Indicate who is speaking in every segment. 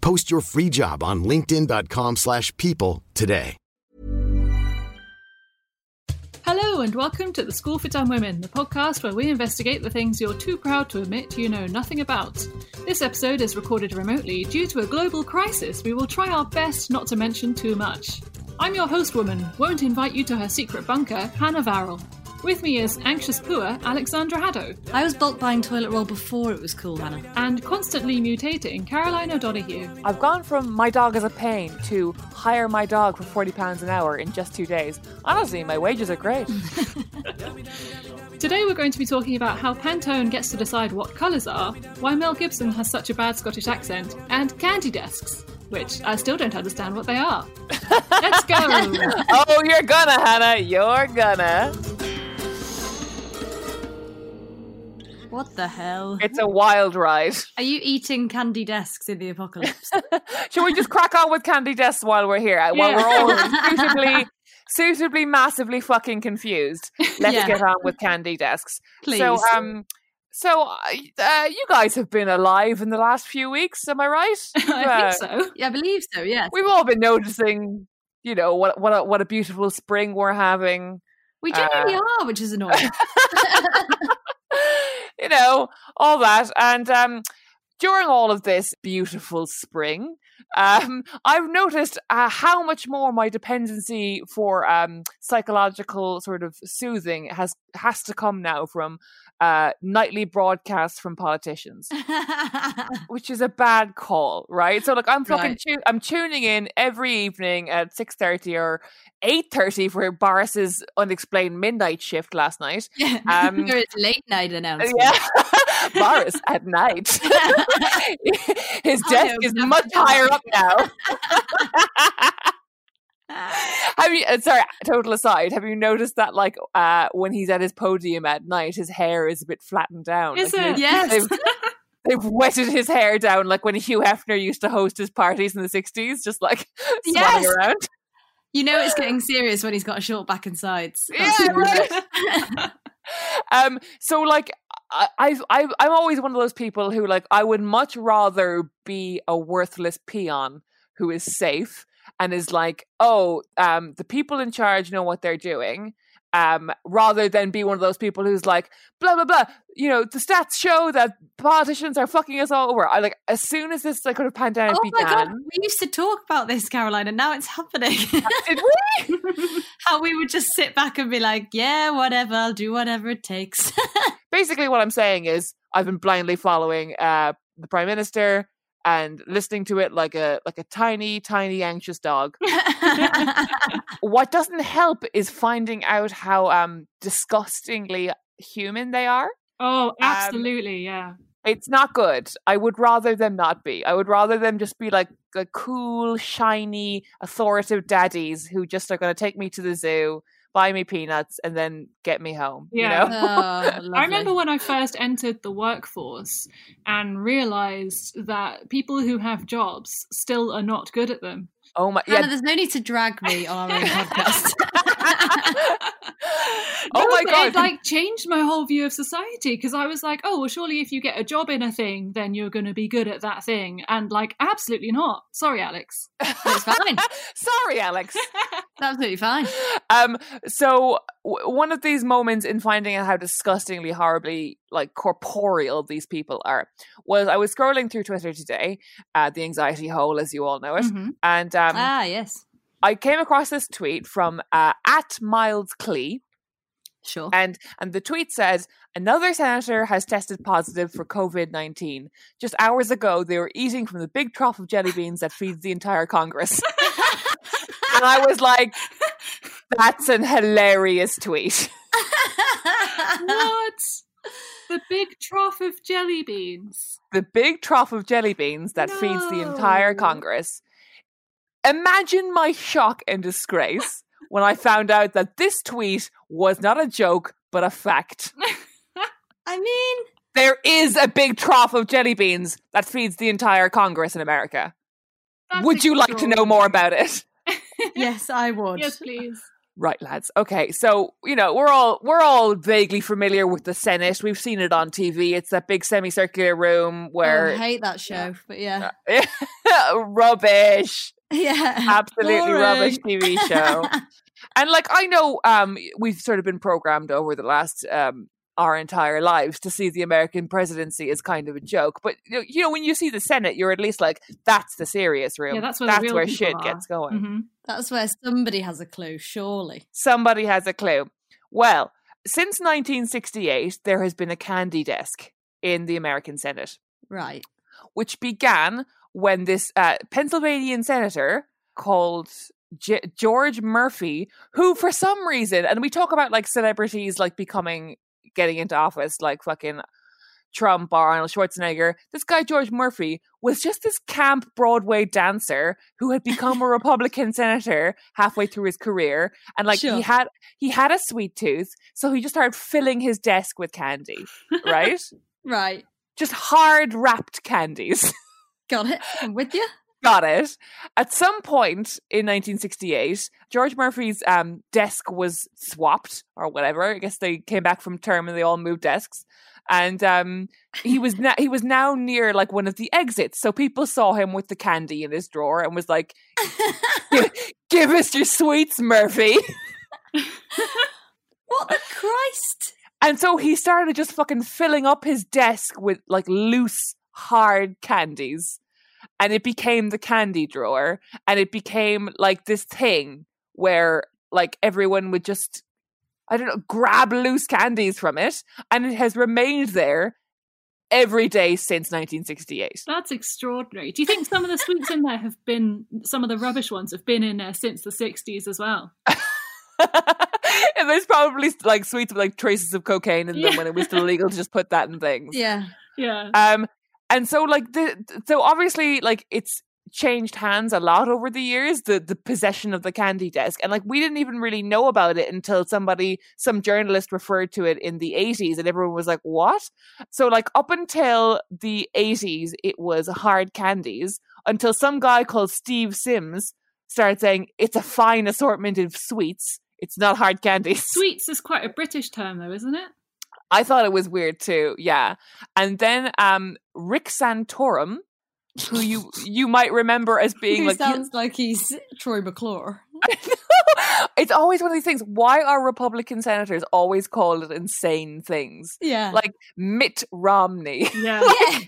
Speaker 1: Post your free job on linkedin.com/people slash people today.
Speaker 2: Hello, and welcome to the School for Dumb Women, the podcast where we investigate the things you're too proud to admit you know nothing about. This episode is recorded remotely due to a global crisis. We will try our best not to mention too much. I'm your host woman, won't invite you to her secret bunker, Hannah Varrell. With me is anxious pooer Alexandra Haddo,
Speaker 3: I was bulk buying toilet roll before it was cool, Hannah.
Speaker 2: and constantly mutating Caroline O'Donoghue.
Speaker 4: I've gone from my dog is a pain to hire my dog for forty pounds an hour in just two days. Honestly, my wages are great.
Speaker 2: Today we're going to be talking about how Pantone gets to decide what colours are, why Mel Gibson has such a bad Scottish accent, and candy desks, which I still don't understand what they are. Let's go!
Speaker 4: oh, you're gonna, Hannah. You're gonna.
Speaker 3: What the hell?
Speaker 4: It's a wild ride.
Speaker 3: Are you eating candy desks in the apocalypse?
Speaker 4: Should we just crack on with candy desks while we're here? uh, While
Speaker 2: Yeah.
Speaker 4: we're all suitably, suitably, massively fucking confused. Let's
Speaker 3: Yeah.
Speaker 4: get on with candy desks. So,
Speaker 3: Please.
Speaker 4: um, so uh, you guys have been alive in the last few weeks. Am I right?
Speaker 2: I
Speaker 4: Uh,
Speaker 2: think so.
Speaker 3: yeah, I believe so, yes.
Speaker 4: we've all been noticing, you know, what what a, what a beautiful spring we're having.
Speaker 3: We generally
Speaker 4: uh,
Speaker 3: are, which is annoying.
Speaker 4: you know, all that. And um, during all of this beautiful spring, um, I've noticed uh, how much more my dependency for um, psychological sort of soothing has has to come now from uh, nightly broadcasts from politicians. which is a bad call, right? So like I'm fucking
Speaker 3: Right.
Speaker 4: tu- I'm tuning in every evening at 6:30 or 8:30 for Boris's unexplained midnight shift last night.
Speaker 3: yeah.
Speaker 4: Um,
Speaker 3: there is late night announcement.
Speaker 4: Yeah. Boris at night. His
Speaker 3: I
Speaker 4: desk
Speaker 3: have
Speaker 4: is
Speaker 3: never
Speaker 4: much
Speaker 3: done
Speaker 4: higher up now. Have you uh, sorry, total aside, have you noticed that like uh when he's at his podium at night, his hair is a bit flattened down?
Speaker 2: Is it?
Speaker 4: Like, they've-
Speaker 3: Yes.
Speaker 4: They've, they've wetted his hair down like when Hugh Hefner used to host his parties in the 60s, just like swatting
Speaker 3: Yes.
Speaker 4: around.
Speaker 3: You know it's getting serious when he's got a short back and sides.
Speaker 4: Yeah, right. Um, so like I, I, I, I'm always one of those people who like I would much rather be a worthless peon who is safe and is like, oh, um, the people in charge know what they're doing. Um, rather than be one of those people who's like, blah blah blah, you know, the stats show that politicians are fucking us all over. I like as soon as this like kind of pandemic
Speaker 3: Oh my
Speaker 4: began,
Speaker 3: god, we used to talk about this, Caroline, and now it's happening.
Speaker 4: Did
Speaker 3: How we would just sit back and be like, yeah, whatever, I'll do whatever it takes.
Speaker 4: basically what I'm saying is I've been blindly following uh the prime minister and listening to it like a like a tiny tiny anxious dog. what doesn't help is finding out how um disgustingly human they are. Um,
Speaker 2: Oh, absolutely, yeah.
Speaker 4: It's not good. I would rather them not be. I would rather them just be like the cool, shiny, authoritative daddies who just are going to take me to the zoo, buy me peanuts, and then get me home.
Speaker 2: Yeah.
Speaker 4: You know?
Speaker 2: I remember when I first entered the workforce and realized that people who have jobs still are not good at them.
Speaker 4: Oh my!
Speaker 3: Hannah,
Speaker 4: yeah,
Speaker 3: there's no need to drag me on our own podcast.
Speaker 4: Oh my
Speaker 2: but
Speaker 4: God.
Speaker 2: It like changed my whole view of society because I was like, oh well, surely if you get a job in a thing, then you're going to be good at that thing, and like absolutely not. Sorry, Alex.
Speaker 3: It's fine. It's
Speaker 4: Sorry, Alex.
Speaker 3: absolutely fine.
Speaker 4: um so w- one of these moments in finding out how disgustingly horribly like corporeal these people are was i was scrolling through twitter today uh the anxiety hole as you all know it
Speaker 2: Mhm.
Speaker 4: and um
Speaker 3: ah, yes.
Speaker 4: I came across this tweet from uh, at Miles Clee,
Speaker 3: Sure.
Speaker 4: and and the tweet says another senator has tested positive for COVID nineteen. Just hours ago, they were eating from the big trough of jelly beans that feeds the entire Congress, and I was like, "That's an hilarious tweet."
Speaker 3: Mm-hmm.
Speaker 2: what? The big trough of jelly beans.
Speaker 4: the big trough of jelly beans that feeds the entire
Speaker 2: No.
Speaker 4: Congress. Imagine my shock and disgrace when I found out that this tweet was not a joke, but a fact.
Speaker 3: I mean,
Speaker 4: There is a big trough of jelly beans that feeds the entire Congress in America.
Speaker 2: That's
Speaker 4: Would you like to know more about it?
Speaker 3: yes, I would.
Speaker 2: Yes, please.
Speaker 4: Right, lads. Okay, so you know we're all we're all vaguely familiar with the Senate. We've seen it on TV. It's that big semicircular room
Speaker 3: Oh,
Speaker 4: where
Speaker 3: I hate that show, but yeah.
Speaker 4: rubbish.
Speaker 3: Yeah.
Speaker 4: absolutely rubbish
Speaker 3: Boring.
Speaker 4: TV show. and like I know, um, we've sort of been programmed over the last um our entire lives to see the American presidency as kind of a joke. But you know- you know, when you see the Senate, you're at least like, that's the serious room.
Speaker 2: Yeah, that's where the real people
Speaker 4: shit
Speaker 2: are.
Speaker 4: gets going.
Speaker 2: Mhm.
Speaker 3: That's where somebody has a clue, surely.
Speaker 4: Somebody has a clue. Well, since 1968, there has been a candy desk in the American Senate.
Speaker 3: Right.
Speaker 4: which began when this uh, Pennsylvanian senator called J- George Murphy, who for some reason, and we talk about like celebrities like becoming, getting into office, like fucking Trump or Arnold Schwarzenegger. This guy, George Murphy, was just this camp Broadway dancer who had become a Republican senator halfway through his career. And like he
Speaker 3: Sure.
Speaker 4: had, he had a sweet tooth. So he just started filling his desk with candy, right?
Speaker 3: Right.
Speaker 4: just hard wrapped candies.
Speaker 3: Got it. I'm with you.
Speaker 4: Got it. At some point in 1968, George Murphy's um, desk was swapped or whatever. I guess they came back from term and they all moved desks. And um, he was na- he was now near like one of the exits, so people saw him with the candy in his drawer and was like, "Gi- "Give us your sweets, Murphy."
Speaker 3: What the Christ?
Speaker 4: And so he started just fucking filling up his desk with like loose, hard candies. And it became the candy drawer. And it became like this thing where like everyone would just, I don't know, grab loose candies from it. And it has remained there every day since 1968.
Speaker 2: That's extraordinary. Do you think some of the sweets in there have been, some of the rubbish ones have been in there since the 60s as well?
Speaker 4: and there's probably like sweets with like traces of cocaine in them
Speaker 2: Yeah.
Speaker 4: when it was still illegal to just put that in things.
Speaker 3: Yeah.
Speaker 2: Yeah.
Speaker 4: Um, and so like the th- so obviously like it's changed hands a lot over the years the the possession of the candy desk and like we didn't even really know about it until somebody some journalist referred to it in the 80s and everyone was like what so like up until the 80s it was hard candies until some guy called Steve Sims started saying it's a fine assortment of sweets it's not hard candies
Speaker 2: Sweets is quite a British term, though, isn't it?
Speaker 4: I thought it was weird too. Yeah. And then um Rick Santorum, who you you might remember as being
Speaker 3: Who
Speaker 4: like you-
Speaker 3: sounds like he's Troy McClure.
Speaker 4: it's always one of these things. Why are Republican senators always called insane things?
Speaker 3: Yeah.
Speaker 4: Like Mitt Romney.
Speaker 2: Yeah.
Speaker 3: yeah.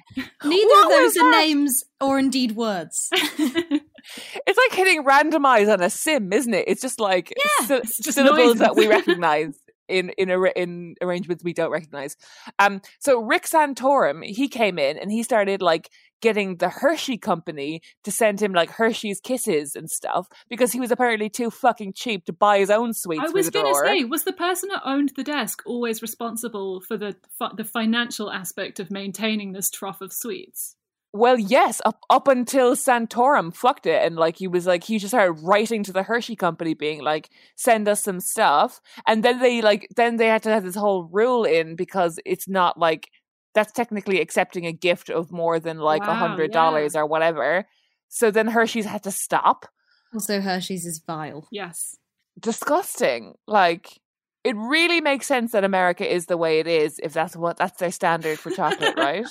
Speaker 3: Neither
Speaker 4: What
Speaker 3: of those
Speaker 4: was
Speaker 3: are
Speaker 4: that?
Speaker 3: names or indeed words.
Speaker 4: It's like hitting randomize on a sim, isn't it? It's just like sy-
Speaker 2: it's just
Speaker 4: syllables that we
Speaker 2: noises.
Speaker 4: recognize in in arra- in arrangements we don't recognize. Um, so Rick Santorum he came in and he started like getting the Hershey Company to send him like Hershey's Kisses and stuff because he was apparently too fucking cheap to buy his own sweets.
Speaker 2: I
Speaker 4: with
Speaker 2: was
Speaker 4: a
Speaker 2: going to
Speaker 4: drawer.
Speaker 2: say, was the person that owned the desk always responsible for the fi- the financial aspect of maintaining this trough of sweets?
Speaker 4: Well, yes, up up until Santorum fucked it, and like he was like he just started writing to the Hershey Company, being like, "Send us some stuff," and then they like then they had to have this whole rule in because it's not like that's technically accepting a gift of more than like a
Speaker 2: Wow,
Speaker 4: hundred dollars or whatever. So then Hershey's had to stop.
Speaker 3: also, Hershey's is vile.
Speaker 2: Yes.
Speaker 4: Disgusting. Like it really makes sense that America is the way it is if that's what that's their standard for chocolate, right?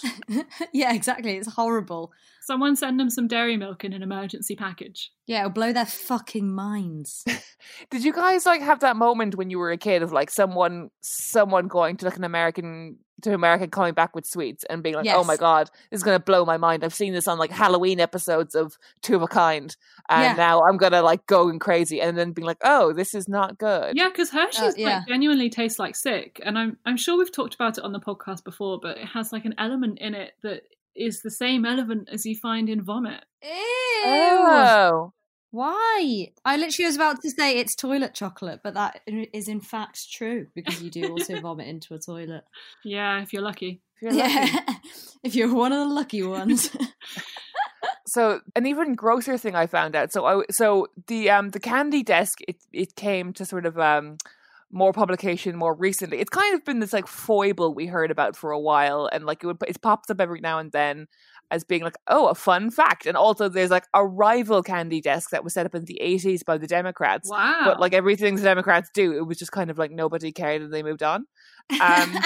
Speaker 3: yeah, exactly. It's horrible.
Speaker 2: Someone send them some dairy milk in an emergency package.
Speaker 3: Yeah, it'll blow their fucking minds.
Speaker 4: Did you guys like have that moment when you were a kid of like someone someone going to like an American to America coming back with sweets and being like, oh my
Speaker 3: Yes.
Speaker 4: God, this is going to blow my mind. I've seen this on like Halloween episodes of Two of a Kind. And
Speaker 3: Yeah.
Speaker 4: now I'm going to like go and crazy. And then being like, oh, this is not good. Uh,
Speaker 2: Yeah, because Hershey's
Speaker 3: yeah.
Speaker 2: like genuinely tastes like sick, and I'm I'm sure we've talked about it on the podcast before, but it has like an element in it that is the same element as you find in vomit.
Speaker 3: Ew.
Speaker 4: Oh.
Speaker 3: Why? I literally was about to say it's toilet chocolate, but that i- is in fact true because you do also vomit into a toilet.
Speaker 2: Yeah, if you're lucky.
Speaker 4: If you're lucky.
Speaker 3: if you're one of the lucky ones.
Speaker 4: so an even grosser thing I found out. So I so the um the candy desk it it came to sort of um more publication more recently. It's kind of been this like foible we heard about for a while, and like it would it pops up every now and then as being like oh a fun fact, and also there's like a rival candy desk that was set up in the 80s by the Democrats.
Speaker 2: Wow.
Speaker 4: But like everything the Democrats do, it was just kind of like nobody cared and they moved on. Um,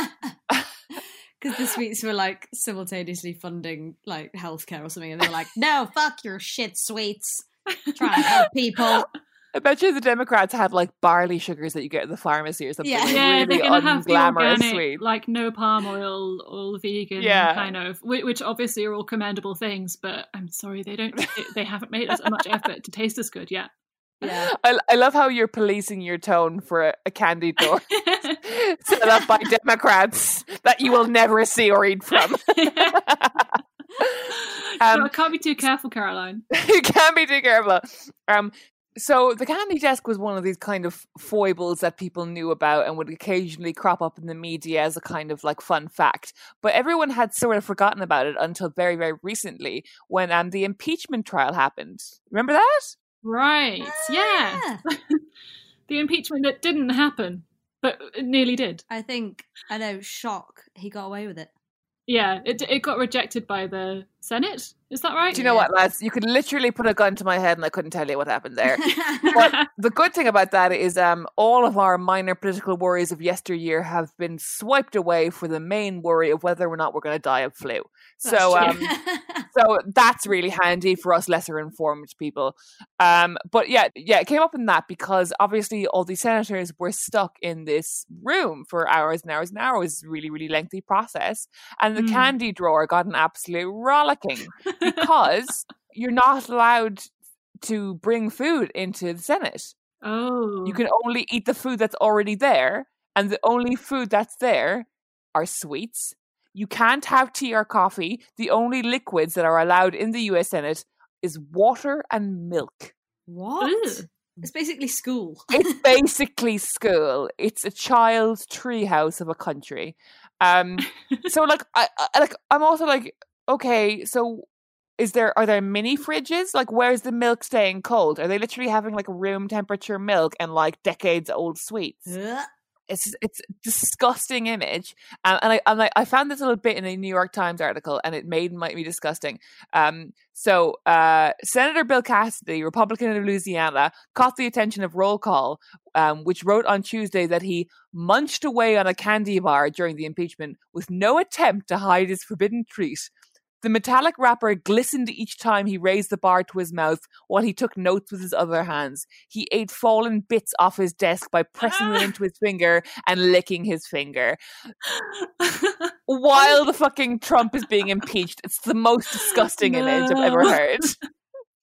Speaker 3: Because the sweets were like simultaneously funding like healthcare or something, and they were like, "No, fuck your shit sweets, try and help people."
Speaker 4: I bet you the Democrats had like barley sugars that you get at the pharmacy or something.
Speaker 3: Yeah.
Speaker 4: like,
Speaker 2: yeah,
Speaker 4: really
Speaker 2: they're gonna have the
Speaker 4: unglamorous
Speaker 2: organic,
Speaker 4: sweet.
Speaker 2: like no palm oil, all vegan,
Speaker 4: Yeah.
Speaker 2: kind of, whi- which obviously are all commendable things. But I'm sorry, they don't, they haven't made as much effort to taste as good yet.
Speaker 3: Yeah,
Speaker 4: I, I love how you're policing your tone for a, a candy door set up by Democrats that you will never see or eat from.
Speaker 2: no, I can't be too careful, Caroline.
Speaker 4: you can't be too careful. Um, so the candy desk was one of these kind of foibles that people knew about and would occasionally crop up in the media as a kind of like fun fact. But everyone had sort of forgotten about it until very, very recently when um, the impeachment trial happened. Remember that?
Speaker 2: Right? Yeah. the impeachment that didn't happen, but it nearly did.
Speaker 3: I think I know. Shock. He got away with it.
Speaker 2: Yeah, it it got rejected by the Senate. Is that right?
Speaker 4: Do you know what, lads? You could literally put a gun to my head and I couldn't tell you what happened there. but the good thing about that is um, all of our minor political worries of yesteryear have been swiped away for the main worry of whether or not we're going to die of flu.
Speaker 3: That's
Speaker 4: so, um,
Speaker 3: true.
Speaker 4: so that's really handy for us lesser informed people. Um, but yeah, yeah, it came up in that because obviously all these senators were stuck in this room for hours and hours and hours, really, really lengthy process, and the
Speaker 2: Mm.
Speaker 4: candy drawer got an absolute rollicking because you're not allowed to bring food into the Senate.
Speaker 2: Oh,
Speaker 4: You can only eat the food that's already there, and the only food that's there are sweets. You can't have tea or coffee. The only liquids that are allowed in the US Senate is water and milk.
Speaker 3: what?
Speaker 2: Ew.
Speaker 3: It's basically school.
Speaker 4: It's basically school. It's a child's treehouse of a country. Um, so, like, I, I like I'm also like, okay, so is there are there mini fridges? Like, where's the milk staying cold? Are they literally having like room temperature milk and like decades old sweets?
Speaker 3: Ugh.
Speaker 4: it's it's a disgusting image um, and i and I, I found this little bit in a new york times article and it made might be disgusting um so uh senator bill cassidy republican of louisiana caught the attention of roll call um, which wrote on tuesday that he munched away on a candy bar during the impeachment with no attempt to hide his forbidden treat the metallic wrapper glistened each time he raised the bar to his mouth while he took notes with his other hands. He ate fallen bits off his desk by pressing them
Speaker 2: Ah.
Speaker 4: into his finger and licking his finger. While the fucking Trump is being impeached, it's the most disgusting image I've ever
Speaker 2: No.
Speaker 4: heard.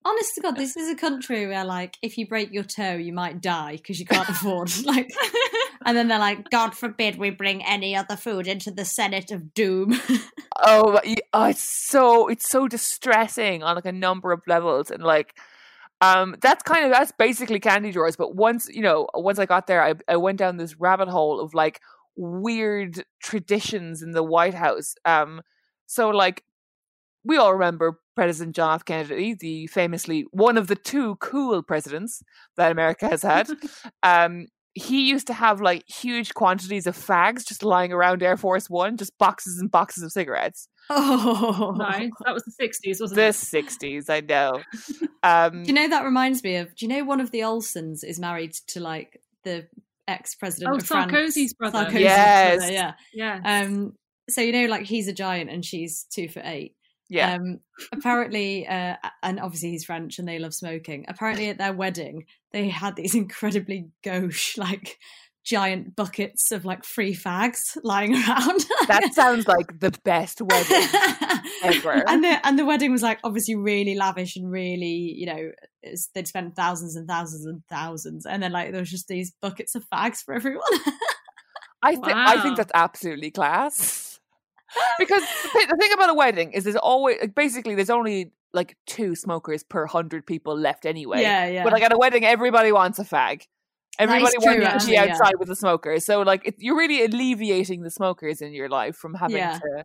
Speaker 3: Honest to God, this is a country where, like, if you break your toe, you might die because you can't afford. Like, and then they're like, "God forbid we bring any other food into the Senate of Doom."
Speaker 4: Oh, but y- oh, it's so it's so distressing on like a number of levels, and like, um, that's kind of that's basically candy drawers. But once you know, once I got there, I I went down this rabbit hole of like weird traditions in the White House. Um, so like, we all remember President John F. Kennedy, the famously one of the two cool presidents that America has had. um he used to have like huge quantities of fags just lying around Air Force One, just boxes and boxes of cigarettes.
Speaker 3: oh,
Speaker 2: nice. That was the sixties, wasn't
Speaker 4: The
Speaker 2: it?
Speaker 4: 60s, I know. Um,
Speaker 3: Do you know that reminds me of? Do you know one of the Olsons is married to like the ex president
Speaker 2: Oh,
Speaker 3: of France?
Speaker 2: Sarkozy's brother.
Speaker 3: Sarkozy's
Speaker 4: Yes.
Speaker 3: brother, yeah.
Speaker 2: Yeah.
Speaker 3: Um, so you know, like he's a giant and she's two foot eight.
Speaker 4: yeah.
Speaker 3: Um, apparently, uh, and obviously he's French and they love smoking. Apparently, at their wedding, they had these incredibly gauche, like giant buckets of like free fags lying around.
Speaker 4: That sounds like the best wedding ever.
Speaker 3: and the and the wedding was like obviously really lavish and really you know it's- they'd spent thousands and thousands and thousands and then like there was just these buckets of fags for everyone.
Speaker 4: I think I
Speaker 2: Wow.
Speaker 4: think that's absolutely class. Because the, thi- the thing about a wedding is there's always like, basically there's only like two smokers per hundred people left anyway.
Speaker 3: Yeah, yeah.
Speaker 4: But like at a wedding, everybody wants a fag. Everybody
Speaker 3: true,
Speaker 4: wants to
Speaker 3: actually,
Speaker 4: be
Speaker 3: yeah.
Speaker 4: outside with a smoker. So like it, you're really alleviating the smokers in your life from having
Speaker 3: Yeah.
Speaker 4: to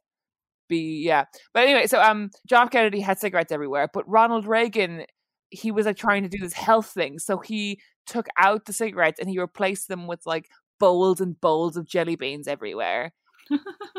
Speaker 4: be yeah. But anyway, so um, John F. Kennedy had cigarettes everywhere, but Ronald Reagan he was like trying to do this health thing, so he took out the cigarettes and he replaced them with like bowls and bowls of jelly beans everywhere.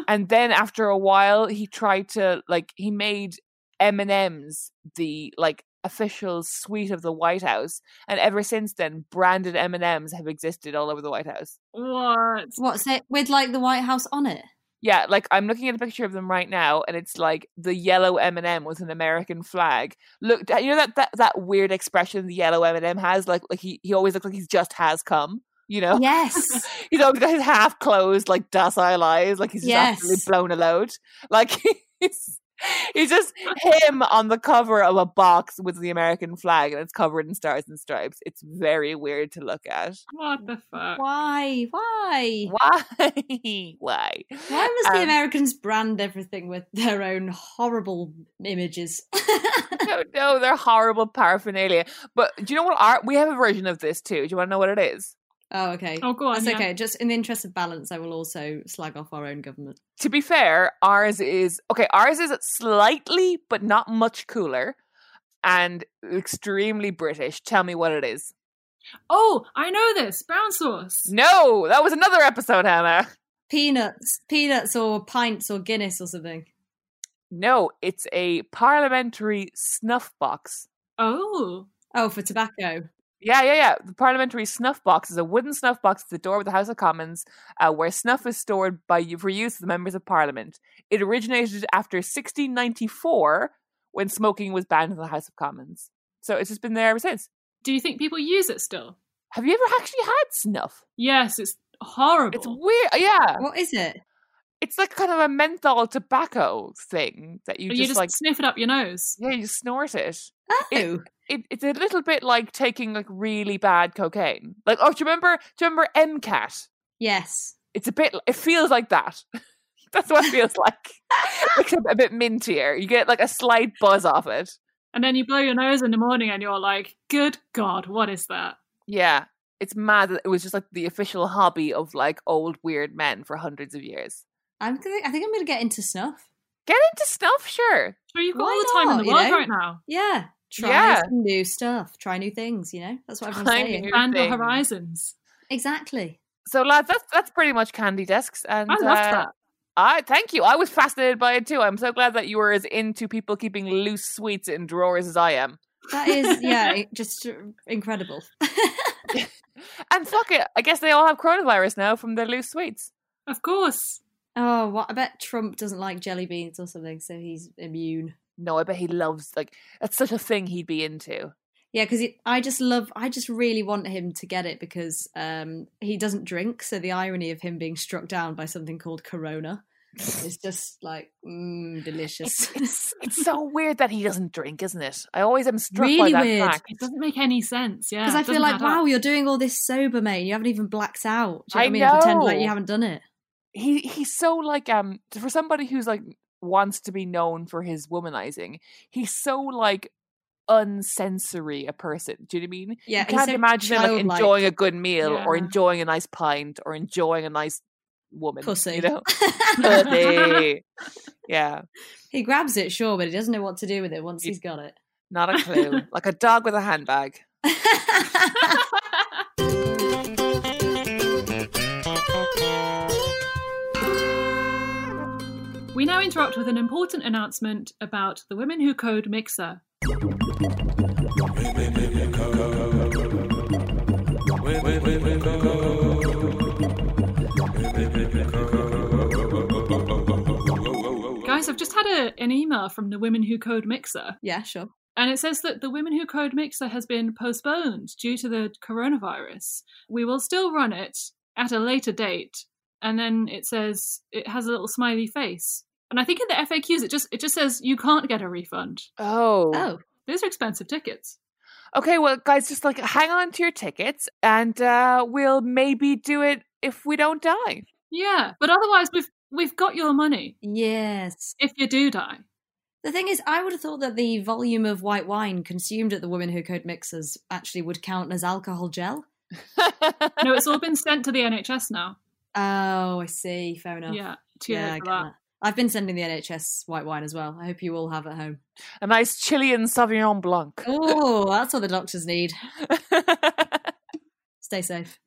Speaker 4: and then after a while, he tried to like he made M and M's the like official sweet of the White House, and ever since then, branded M and M's have existed all over the White House.
Speaker 2: What?
Speaker 3: What's it with like the White House on it?
Speaker 4: Yeah, like I'm looking at a picture of them right now, and it's like the yellow M and M with an American flag. Look, you know that that, that weird expression the yellow M and M has, like like he, he always looks like he's just has come. You know,
Speaker 3: Yes.
Speaker 4: he's always got his half closed, like docile eyes, like he's just absolutely
Speaker 3: Yes.
Speaker 4: blown a load. Like he's he's just him on the cover of a box with the American flag and it's covered in stars and stripes. It's very weird to look at.
Speaker 2: What the fuck?
Speaker 3: Why? Why?
Speaker 4: Why? Why?
Speaker 3: Why must the
Speaker 4: Um,
Speaker 3: Americans brand everything with their own horrible images?
Speaker 4: No, no, they're horrible paraphernalia. But do you know what? Our, we have a version of this too. Do you want to know what it is?
Speaker 3: oh, okay.
Speaker 2: Oh, go on.
Speaker 3: That's
Speaker 2: yeah.
Speaker 3: okay. Just in the interest of balance, I will also slag off our own government.
Speaker 4: to be fair, ours is okay. Ours is slightly, but not much cooler, and extremely British. Tell me what it is.
Speaker 2: Oh, I know this. Brown sauce.
Speaker 4: No, that was another episode, Hannah.
Speaker 3: Peanuts, peanuts, or pints, or Guinness, or something.
Speaker 4: No, it's a parliamentary snuff box.
Speaker 2: Oh.
Speaker 3: Oh, for tobacco.
Speaker 4: Yeah, yeah, yeah. The parliamentary snuff box is a wooden snuff box at the door of the House of Commons, uh, where snuff is stored by for use of the members of Parliament. It originated after 1694, when smoking was banned in the House of Commons. So it's just been there ever since.
Speaker 2: Do you think people use it still?
Speaker 4: Have you ever actually had snuff?
Speaker 2: Yes, it's horrible.
Speaker 4: It's weird. Yeah,
Speaker 3: What is it?
Speaker 4: it's like kind of a menthol tobacco thing that you
Speaker 2: you
Speaker 4: just,
Speaker 2: just
Speaker 4: like.
Speaker 2: sniff it up your nose.
Speaker 4: Yeah, you snort it.
Speaker 3: Oh,
Speaker 4: It- It, it's a little bit like taking like really bad cocaine. Like, oh, do you remember? Do you remember MCAT?
Speaker 3: yes.
Speaker 4: It's a bit. It feels like that. That's what it feels like. Except a bit mintier. You get like a slight buzz off it.
Speaker 2: And then you blow your nose in the morning and you're like, good God, what is that?
Speaker 4: Yeah, it's mad. That it was just like the official hobby of like old weird men for hundreds of years.
Speaker 3: I'm gonna, I think I'm going to get into snuff.
Speaker 4: Get into stuff, sure.
Speaker 2: Sure, you've got
Speaker 3: Why
Speaker 2: all the time
Speaker 3: not,
Speaker 2: in the
Speaker 3: you
Speaker 2: world
Speaker 3: know?
Speaker 2: right now.
Speaker 3: Yeah. Try
Speaker 4: Yeah.
Speaker 3: some new stuff. Try new things, you know? That's what everyone's
Speaker 4: Try
Speaker 3: saying.
Speaker 4: new-
Speaker 2: Expand your
Speaker 4: thing.
Speaker 2: horizons.
Speaker 3: Exactly.
Speaker 4: So lads, that's that's pretty much candy desks. And
Speaker 2: I loved
Speaker 4: uh,
Speaker 2: that.
Speaker 4: I thank you. I was fascinated by it too. I'm so glad that you were as into people keeping loose sweets in drawers as I am.
Speaker 3: That is, yeah, it- just uh, incredible.
Speaker 4: And fuck it, I guess they all have coronavirus now from their loose sweets.
Speaker 2: Of course.
Speaker 3: oh, what? I bet Trump doesn't like jelly beans or something, so he's immune.
Speaker 4: No, I bet he loves like that's such a thing he'd be into.
Speaker 3: Yeah, because I just love, I just really want him to get it because um, he doesn't drink. So the irony of him being struck down by something called Corona is just like mm, delicious.
Speaker 4: It's, it's so weird that he doesn't drink, isn't it? I always am struck by
Speaker 3: Really
Speaker 4: that
Speaker 3: weird.
Speaker 4: fact.
Speaker 2: It doesn't make any sense. Yeah.
Speaker 3: Because
Speaker 2: it
Speaker 3: I feel
Speaker 2: doesn't
Speaker 3: like,
Speaker 2: add
Speaker 3: wow,
Speaker 2: up.
Speaker 3: you're doing all this sober, mate. and You haven't even blacked out. Do
Speaker 4: I
Speaker 3: you know what I mean? And Pretend like
Speaker 4: know.
Speaker 3: you haven't done it.
Speaker 4: he he's so like um for somebody who's like wants to be known for his womanizing he's so like unsensory a person do you know what i mean
Speaker 3: Yeah,
Speaker 4: you can't imagine him, like enjoying a good meal or
Speaker 2: Yeah.
Speaker 4: enjoying a nice pint or enjoying a nice woman
Speaker 3: Pussy.
Speaker 4: you know Pussy. yeah
Speaker 3: he grabs it, sure, but he doesn't know what to do with it once
Speaker 4: Yeah.
Speaker 3: he's got it.
Speaker 4: not a clue like a dog with a handbag
Speaker 2: We now interrupt with an important announcement about the Women Who Code Mixer. Guys, I've just had a, an email from the Women Who Code Mixer,
Speaker 3: yeah, sure.
Speaker 2: and it says that the Women Who Code Mixer has been postponed due to the coronavirus. We will still run it, at a later date, and then it says it has a little smiley face. And I think in the FAQs it just it just says you can't get a refund.
Speaker 4: Oh.
Speaker 3: Oh,
Speaker 2: Those are expensive tickets.
Speaker 4: Okay, well, guys, just like hang on to your tickets and uh, we'll maybe do it if we don't die.
Speaker 2: Yeah, but otherwise we've we've got your money
Speaker 3: yes.
Speaker 2: if you do die.
Speaker 3: The thing is, I would have thought that the volume of white wine consumed at the Women Who Code mixers actually would count as alcohol gel.
Speaker 2: No, it's all been sent to the NHS now.
Speaker 3: Oh, I see. Fair enough.
Speaker 2: Yeah, too
Speaker 3: yeah, I
Speaker 2: late
Speaker 3: get
Speaker 2: for that.
Speaker 3: that. I've been sending the NHS white wine as well. I hope you all have at home.
Speaker 4: A nice Chilean Sauvignon Blanc.
Speaker 3: Oh, that's what the doctors need.
Speaker 2: Oh.
Speaker 3: Stay safe.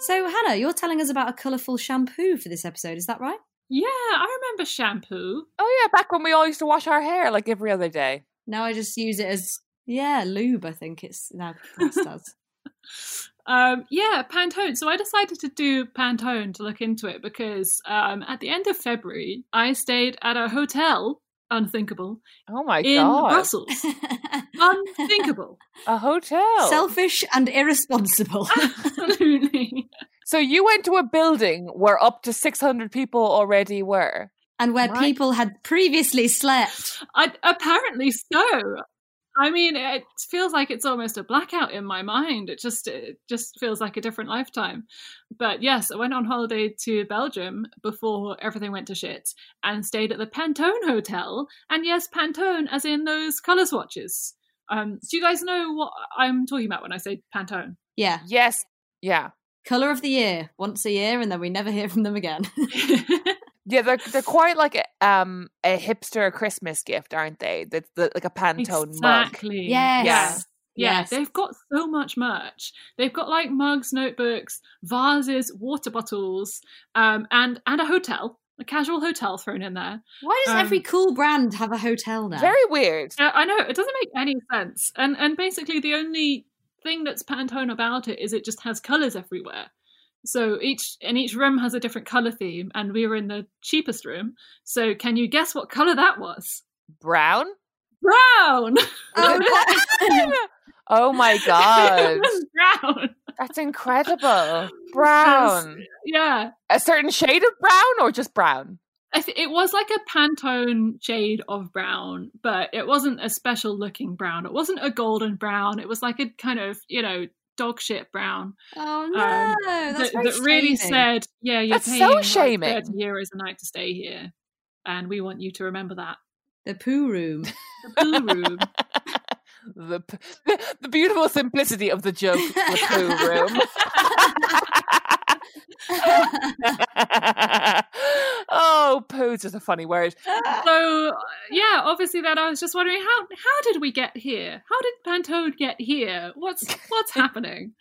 Speaker 3: So, Hannah, you're telling us about a colourful shampoo for this episode, is that right?
Speaker 2: Yeah, I remember shampoo.
Speaker 4: oh, yeah, back when we all used to wash our hair like every other day.
Speaker 3: Now I just use it as, yeah, lube, I think it's now classed as.
Speaker 2: Um, yeah, Pantone. So I decided to do Pantone to look into it because um, at the end of February, I stayed at a hotel, unthinkable,
Speaker 4: Oh my
Speaker 2: in
Speaker 4: god.
Speaker 2: Brussels. unthinkable.
Speaker 4: A hotel.
Speaker 3: Selfish and irresponsible.
Speaker 4: Ah.
Speaker 2: Absolutely.
Speaker 4: so you went to a building where up to 600 people already were.
Speaker 3: and where
Speaker 4: My-
Speaker 3: people had previously slept.
Speaker 2: I, apparently so. I mean, it feels like it's almost a blackout in my mind. It just it just feels like a different lifetime. But yes, I went on holiday to Belgium before everything went to shit and stayed at the Pantone Hotel. And yes, Pantone, as in those colour swatches. Um, do you guys know what I'm talking about when I say Pantone?
Speaker 3: Yeah.
Speaker 4: Yes. Yeah.
Speaker 3: Colour of the year, once a year, and then we never hear from them again.
Speaker 4: Yeah, they're they're quite like a, um a hipster Christmas gift, aren't they? That's the, like a Pantone mug.
Speaker 2: exactly.
Speaker 3: yes.
Speaker 4: Yeah.
Speaker 2: Yeah,
Speaker 3: Yes.
Speaker 2: they've got so much merch. They've got like mugs, notebooks, vases, water bottles, um, and and a hotel, a casual hotel thrown in there.
Speaker 3: Why does
Speaker 2: Um,
Speaker 3: every cool brand have a hotel now?
Speaker 4: Very weird.
Speaker 2: Uh, I know it doesn't make any sense, and and basically the only thing that's Pantone about it is it just has colors everywhere. So each and each room has a different color theme, and we were in the cheapest room. So can you guess what color that was?
Speaker 4: Brown.
Speaker 2: Brown.
Speaker 3: Oh, God.
Speaker 4: oh my
Speaker 2: It
Speaker 4: god,
Speaker 2: was brown.
Speaker 4: that's incredible. Brown.
Speaker 2: Yeah.
Speaker 4: A certain shade of brown, or just brown.
Speaker 2: I th- it was like a Pantone shade of brown, but it wasn't a special looking brown. It wasn't a golden brown. It was like a kind of, you know, dog shit brown
Speaker 3: Oh, no.
Speaker 2: Um,
Speaker 3: that's
Speaker 2: that,
Speaker 3: very
Speaker 2: that really
Speaker 3: shaming.
Speaker 2: said, yeah, you're
Speaker 4: That's so
Speaker 2: paying like,
Speaker 4: shaming.
Speaker 2: 30 euros a night to stay here. And we want you to remember that.
Speaker 3: The poo room.
Speaker 2: The blue room.
Speaker 4: the, p- the the beautiful simplicity of the joke. The poo room. oh, poo's just a funny word.
Speaker 2: So, uh, yeah, obviously then I was just wondering, how how did we get here? How did Pantone get here? What's what's happening?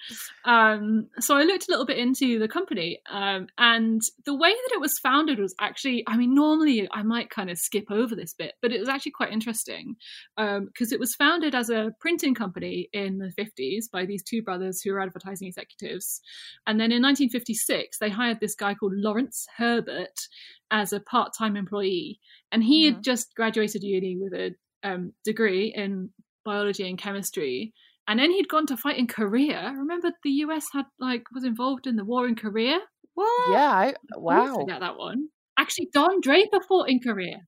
Speaker 2: Um, so I looked a little bit into the company, um, and the way that it was founded was actually, I mean, normally I might kind of skip over this bit, but it was actually quite interesting because um, it was founded as a printing company in the 50s by these two brothers who were advertising executives. And then in 1956, they hired this guy called Lawrence Herbert as a part time employee and he
Speaker 3: Mm-hmm.
Speaker 2: had just graduated uni with a um, degree in biology and chemistry and then he'd gone to fight in korea remember the us had like was involved in the war in korea
Speaker 3: What?
Speaker 4: Yeah. I,
Speaker 2: Always
Speaker 4: wow.
Speaker 2: forget that one actually don draper fought in korea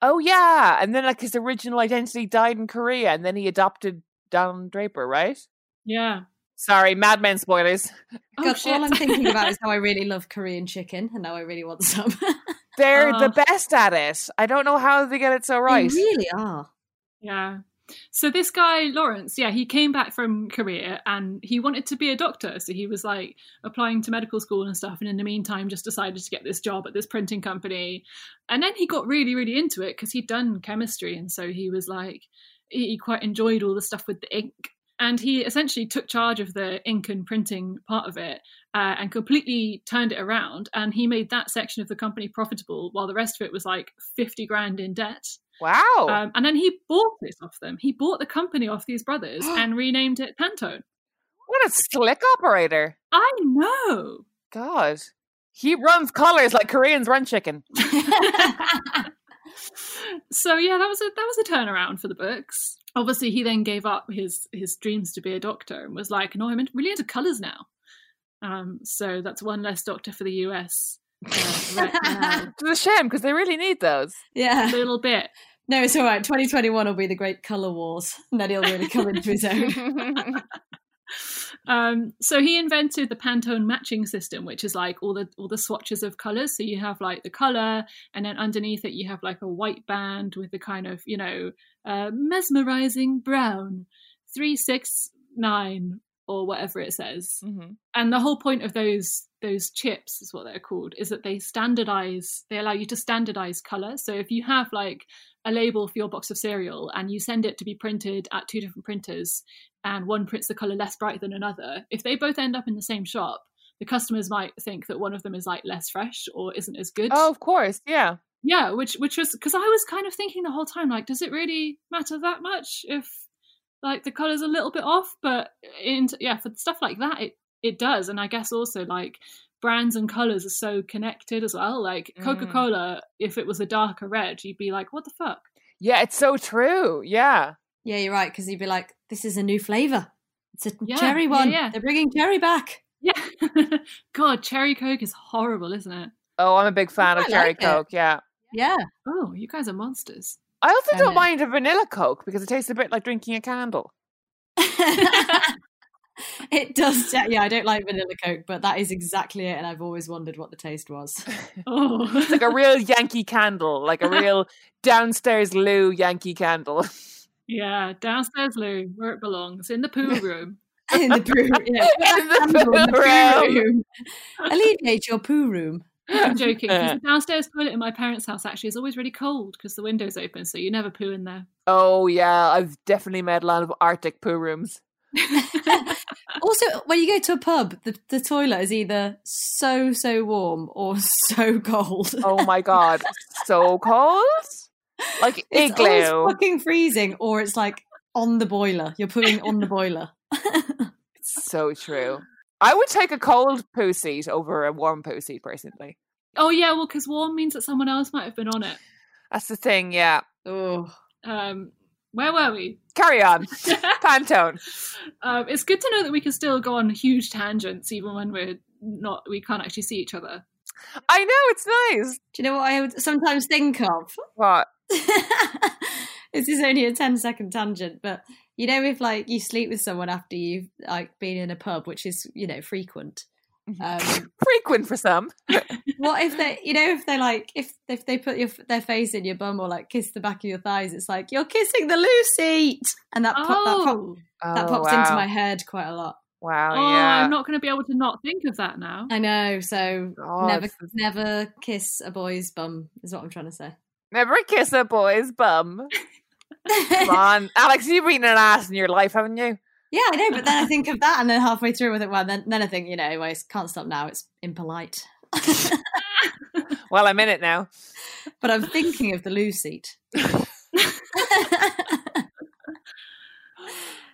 Speaker 4: Oh yeah, and then like his original identity died in Korea, and then he adopted Don Draper, right?
Speaker 2: yeah
Speaker 4: Sorry, Mad Men spoilers.
Speaker 2: oh,
Speaker 3: God,
Speaker 2: shit.
Speaker 3: all I'm thinking about is how I really love Korean chicken and now I really want some.
Speaker 4: They're the
Speaker 2: Oh.
Speaker 4: best at it. I don't know how they get it so right.
Speaker 3: Uh, They really are.
Speaker 2: Yeah. So this guy Lawrence, yeah, he came back from Korea and he wanted to be a doctor. So he was like applying to medical school and stuff, and in the meantime, just decided to get this job at this printing company. And then he got really, really into it because he'd done chemistry, and so he was like, he he quite enjoyed all the stuff with the ink. And he essentially took charge of the ink and printing part of it uh, and completely turned it around. And he made that section of the company profitable, while the rest of it was like fifty grand in debt.
Speaker 4: Wow.
Speaker 2: Um, and then he bought this off them. He bought the company off these brothers and renamed it Pantone.
Speaker 4: what a slick operator.
Speaker 2: I know.
Speaker 4: God. He runs collars like Koreans run chicken.
Speaker 2: So yeah, that was a that was a turnaround for the books. obviously he then gave up his his dreams to be a doctor and was like, no, I'm in- really into colours now. Um, so that's one less doctor for the US uh, right now.
Speaker 4: It's a shame because they really need those.
Speaker 2: A
Speaker 3: Yeah.
Speaker 2: little bit.
Speaker 3: No, it's all right. 2021 will be the great color wars. And then he'll really come into his own.
Speaker 2: um, so he invented the Pantone matching system, which is like all the all the swatches of colors. So you have like the color, and then underneath it you have like a white band with the kind of you know uh, mesmerizing brown, three six nine or whatever it says.
Speaker 4: Mhm.
Speaker 2: And the whole point of those those chips is what they're called is that they standardize. They allow you to standardize color. So if you have like a label for your box of cereal and you send it to be printed at two different printers and one prints the color less bright than another, if they both end up in the same shop, the customers might think that one of them is like less fresh or isn't as good.
Speaker 4: Oh, of course, yeah.
Speaker 2: yeah, which which was because I was kind of thinking the whole time like, does it really matter that much if like the color's a little bit off? But in yeah, for stuff like that, it it does, and I guess also like brands and colors are so connected as well. Like
Speaker 4: Mm.
Speaker 2: Coca Cola, if it was a darker red, you'd be like, what the fuck?
Speaker 4: Yeah, it's so true. Yeah.
Speaker 3: Yeah, you're right. Because he'd be like, this is a new flavor. It's a
Speaker 2: Yeah,
Speaker 3: cherry
Speaker 2: yeah,
Speaker 3: one.
Speaker 2: yeah.
Speaker 3: They're bringing cherry back.
Speaker 2: Yeah. God, cherry coke is horrible, isn't it?
Speaker 4: Oh, I'm a big fan of
Speaker 3: I
Speaker 4: cherry
Speaker 3: like it.
Speaker 4: coke. Yeah.
Speaker 3: Yeah.
Speaker 2: Oh, you guys are monsters.
Speaker 4: I also
Speaker 3: I
Speaker 4: don't
Speaker 3: know.
Speaker 4: mind a vanilla coke because it tastes a bit like drinking a candle.
Speaker 3: it does. ta- Yeah, I don't like vanilla Coke, but that is exactly it. And I've always wondered what the taste was.
Speaker 2: Oh,
Speaker 4: It's like a real Yankee candle, like a real downstairs loo Yankee candle.
Speaker 2: yeah, downstairs loo, where it belongs, in the poo room.
Speaker 3: in the poo, yeah.
Speaker 4: In the
Speaker 3: Candle in
Speaker 4: poo
Speaker 3: the poo room. Alleviate your poo room.
Speaker 2: I'm joking. 'cause the downstairs toilet in my parents' house actually is always really cold because the window's open, so you never poo in there.
Speaker 4: Oh yeah, I've definitely made a lot of Arctic poo rooms.
Speaker 3: also, when you go to a pub, the, the toilet is either so so warm or so cold.
Speaker 4: Oh my god, so cold, like
Speaker 3: It's
Speaker 4: igloo.
Speaker 3: always fucking freezing, or it's like on the boiler. You're putting on the boiler.
Speaker 4: so true. I would take a cold poo seat over a warm poo seat personally.
Speaker 2: Oh yeah, well, because warm means that someone else might have been on it.
Speaker 4: That's the thing. Yeah,
Speaker 3: Oh,
Speaker 2: Um, where were we?
Speaker 4: carry on. Pantone.
Speaker 2: Um, it's good to know that we can still go on huge tangents even when we're not. We can't actually see each other.
Speaker 4: I know it's nice.
Speaker 3: do you know what I would sometimes think of?
Speaker 4: What?
Speaker 3: this is only a 10 second tangent, but you know, if like you sleep with someone after you've like been in a pub, which is you know frequent. Um,
Speaker 4: Frequent for some.
Speaker 3: what if they, you know, if they like, if if they put your, their face in your bum or like kiss the back of your thighs, it's like you're kissing the loo seat, and that pop, that, pop,
Speaker 2: Oh,
Speaker 3: that
Speaker 4: Oh,
Speaker 3: pops into
Speaker 4: wow.
Speaker 3: my head quite a lot.
Speaker 4: Wow.
Speaker 2: oh,
Speaker 4: yeah.
Speaker 2: I'm not going to be able to not think of that now.
Speaker 3: I know, so
Speaker 4: God.
Speaker 3: never never kiss a boy's bum is what I'm trying to say.
Speaker 4: Never kiss a boy's bum. Come on, Alex, you've been an ass in your life, haven't you?
Speaker 3: yeah, I know, but then I think of that, and then halfway through, I think, well, then then I think, you know, well, I can't stop now. It's impolite.
Speaker 4: Well, I'm in it now.
Speaker 3: But I'm thinking of the loo seat.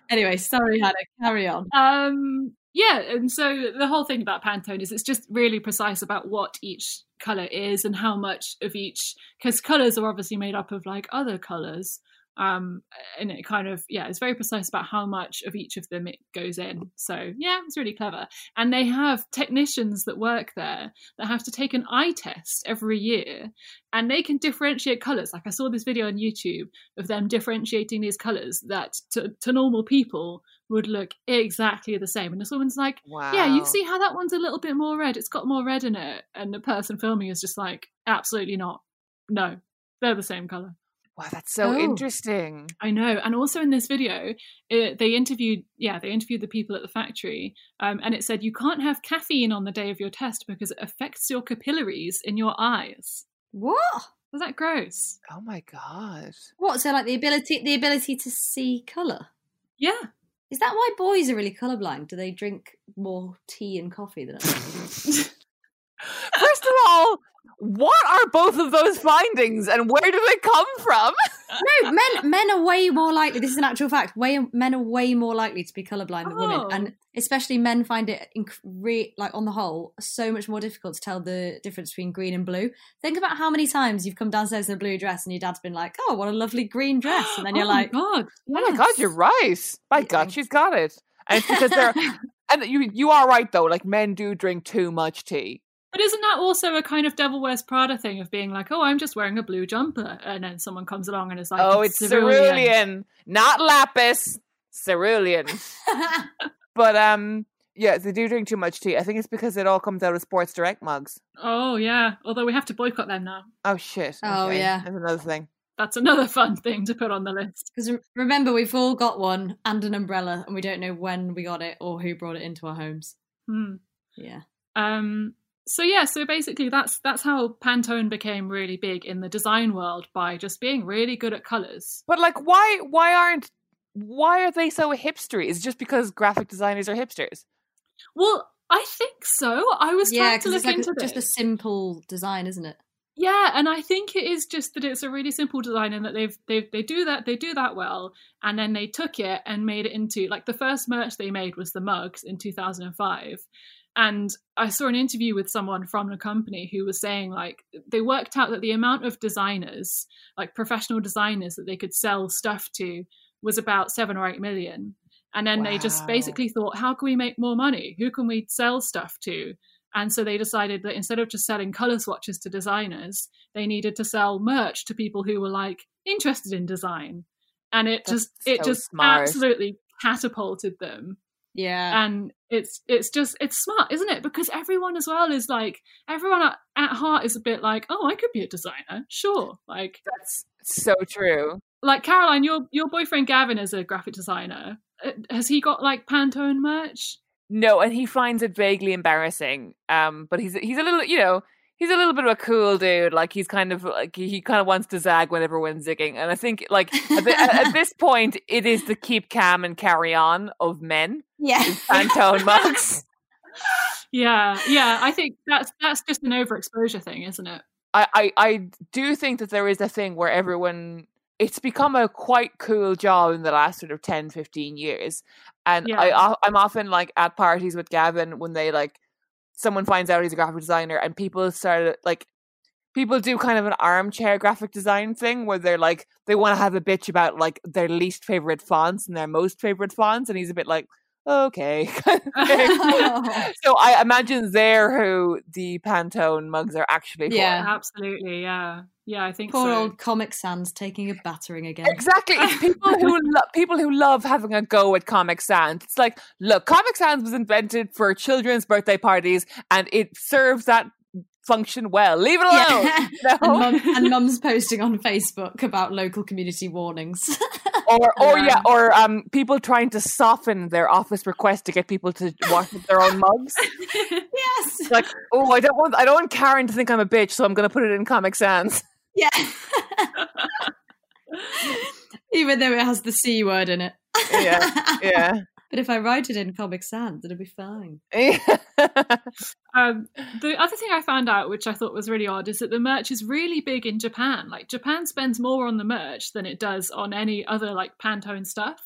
Speaker 3: anyway, sorry, Hannah. Carry on.
Speaker 2: um yeah and so the whole thing about pantone is it's just really precise about what each color is and how much of each because colors are obviously made up of like other colors um and it kind of yeah it's very precise about how much of each of them it goes in so yeah it's really clever and they have technicians that work there that have to take an eye test every year and they can differentiate colors like i saw this video on youtube of them differentiating these colors that to, to normal people would look exactly the same. And this woman's like,
Speaker 4: Wow.
Speaker 2: Yeah, you see how that one's a little bit more red? It's got more red in it. And the person filming is just like, Absolutely not. No, they're the same color.
Speaker 4: Wow, that's so
Speaker 3: Oh.
Speaker 4: interesting.
Speaker 2: I know. And also in this video, it, they interviewed, yeah, they interviewed the people at the factory. Um, and it said, You can't have caffeine on the day of your test because it affects your capillaries in your eyes.
Speaker 3: What?
Speaker 2: Is that gross?
Speaker 4: Oh my god.
Speaker 3: What? So, like the ability, the ability to see color.
Speaker 2: Yeah.
Speaker 3: Is that why boys are really colorblind? Do they drink more tea and coffee than us?
Speaker 4: First of all, what are both of those findings and where do they come from?
Speaker 3: no, men men are way more likely. This is an actual fact. Way men are way more likely to be colorblind than women,
Speaker 2: Oh.
Speaker 3: and especially men find it inc- re- like on the whole so much more difficult to tell the difference between green and blue. Think about how many times you've come downstairs in a blue dress and your dad's been like, "Oh, what a lovely green dress," and then you're
Speaker 2: oh
Speaker 3: like,
Speaker 2: my god,
Speaker 4: Oh my god,
Speaker 2: yes.
Speaker 4: you're right. By
Speaker 3: Yeah.
Speaker 4: God, she's got it. And it's because they're and you you are right though. Like men do drink too much tea.
Speaker 2: But isn't that also a kind of Devil Wears Prada thing of being like, oh, I'm just wearing a blue jumper, and then someone comes along and is like,
Speaker 4: oh, it's cerulean. not lapis. Cerulean. but um, yeah, they do drink too much tea. I think it's because it all comes out of Sports Direct mugs.
Speaker 2: Oh yeah. Although we have to boycott them now.
Speaker 4: Oh shit.
Speaker 3: Oh,
Speaker 4: Okay,
Speaker 3: yeah.
Speaker 4: that's another thing.
Speaker 2: That's another fun thing to put on the list.
Speaker 3: Because remember, we've all got one and an umbrella, and we don't know when we got it or who brought it into our homes.
Speaker 2: Hmm.
Speaker 3: Yeah.
Speaker 2: Um, so yeah, so basically that's that's how Pantone became really big in the design world by just being really good at colors.
Speaker 4: But like, why why aren't why are they so hipstery? Is it just because graphic designers are hipsters?
Speaker 2: Well, I think so. I was
Speaker 3: yeah,
Speaker 2: trying to
Speaker 3: because
Speaker 2: look
Speaker 3: it's like
Speaker 2: into
Speaker 3: a, just a
Speaker 2: this.
Speaker 3: simple design, isn't it?
Speaker 2: Yeah, and I think it is just that it's a really simple design and that they've they they do that they do that well and then they took it and made it into like the first merch they made was the mugs in 2005. And I saw an interview with someone from the company who was saying like they worked out that the amount of designers, like professional designers that they could sell stuff to was about 7 or 8 million. And then they just
Speaker 4: Wow.
Speaker 2: basically thought how can we make more money? Who can we sell stuff to? And so they decided that instead of just selling color swatches to designers, they needed to sell merch to people who were like interested in design. And it
Speaker 4: That's
Speaker 2: just it
Speaker 4: so
Speaker 2: just
Speaker 4: smart.
Speaker 2: absolutely catapulted them.
Speaker 3: Yeah.
Speaker 2: And it's it's just it's smart, isn't it? Because everyone as well is like everyone at, at heart is a bit like, oh, I could be a designer, sure. Like
Speaker 4: That's so true.
Speaker 2: like Caroline, your your boyfriend Gavin is a graphic designer. Uh, Has he got like Pantone merch?
Speaker 4: No, and he finds it vaguely embarrassing. Um, but he's he's a little, you know, he's a little bit of a cool dude. Like he's kind of like he, he kind of wants to zag when everyone's zigging. And I think like at, the, at, at this point, it is the keep calm and carry on of men.
Speaker 3: yeah.
Speaker 4: Is Pantone mugs.
Speaker 2: Yeah, yeah. I think that's that's just an overexposure thing, isn't it?
Speaker 4: I, I I do think that there is a thing where everyone it's become a quite cool job in the last sort of 10 15 years and I
Speaker 2: Yeah.
Speaker 4: I I'm often like at parties with Gavin when they like someone finds out he's a graphic designer and people start like people do kind of an armchair graphic design thing where they're like they want to have a bitch about like their least favorite fonts and their most favorite fonts and he's a bit like okay so I imagine there who the Pantone mugs are actually for.
Speaker 3: Yeah.
Speaker 2: Absolutely, yeah, yeah. I think
Speaker 3: Poor
Speaker 2: so.
Speaker 3: old Comic Sans taking a battering again.
Speaker 4: Exactly. It's people who lo- people who love having a go at Comic Sans. It's like, look, Comic Sans was invented for children's birthday parties, and it serves that function well. Leave it alone.
Speaker 3: Yeah.
Speaker 4: you
Speaker 3: and,
Speaker 4: know?
Speaker 3: mum, and mum's posting on Facebook about local community warnings.
Speaker 4: or or
Speaker 2: Yeah.
Speaker 4: yeah, or um, people trying to soften their office request to get people to wash up their own mugs.
Speaker 3: yes.
Speaker 4: Like, oh, I don't want I don't want Karen to think I'm a bitch, so I'm going to put it in Comic Sans.
Speaker 3: Yeah. Even though it has the C word in it.
Speaker 4: Yeah. Yeah.
Speaker 3: But if I write it in Comic Sans, it'll be fine.
Speaker 2: Um, the other thing I found out, which I thought was really odd, is that the merch is really big in Japan. Like Japan spends more on the merch than it does on any other like Pantone stuff.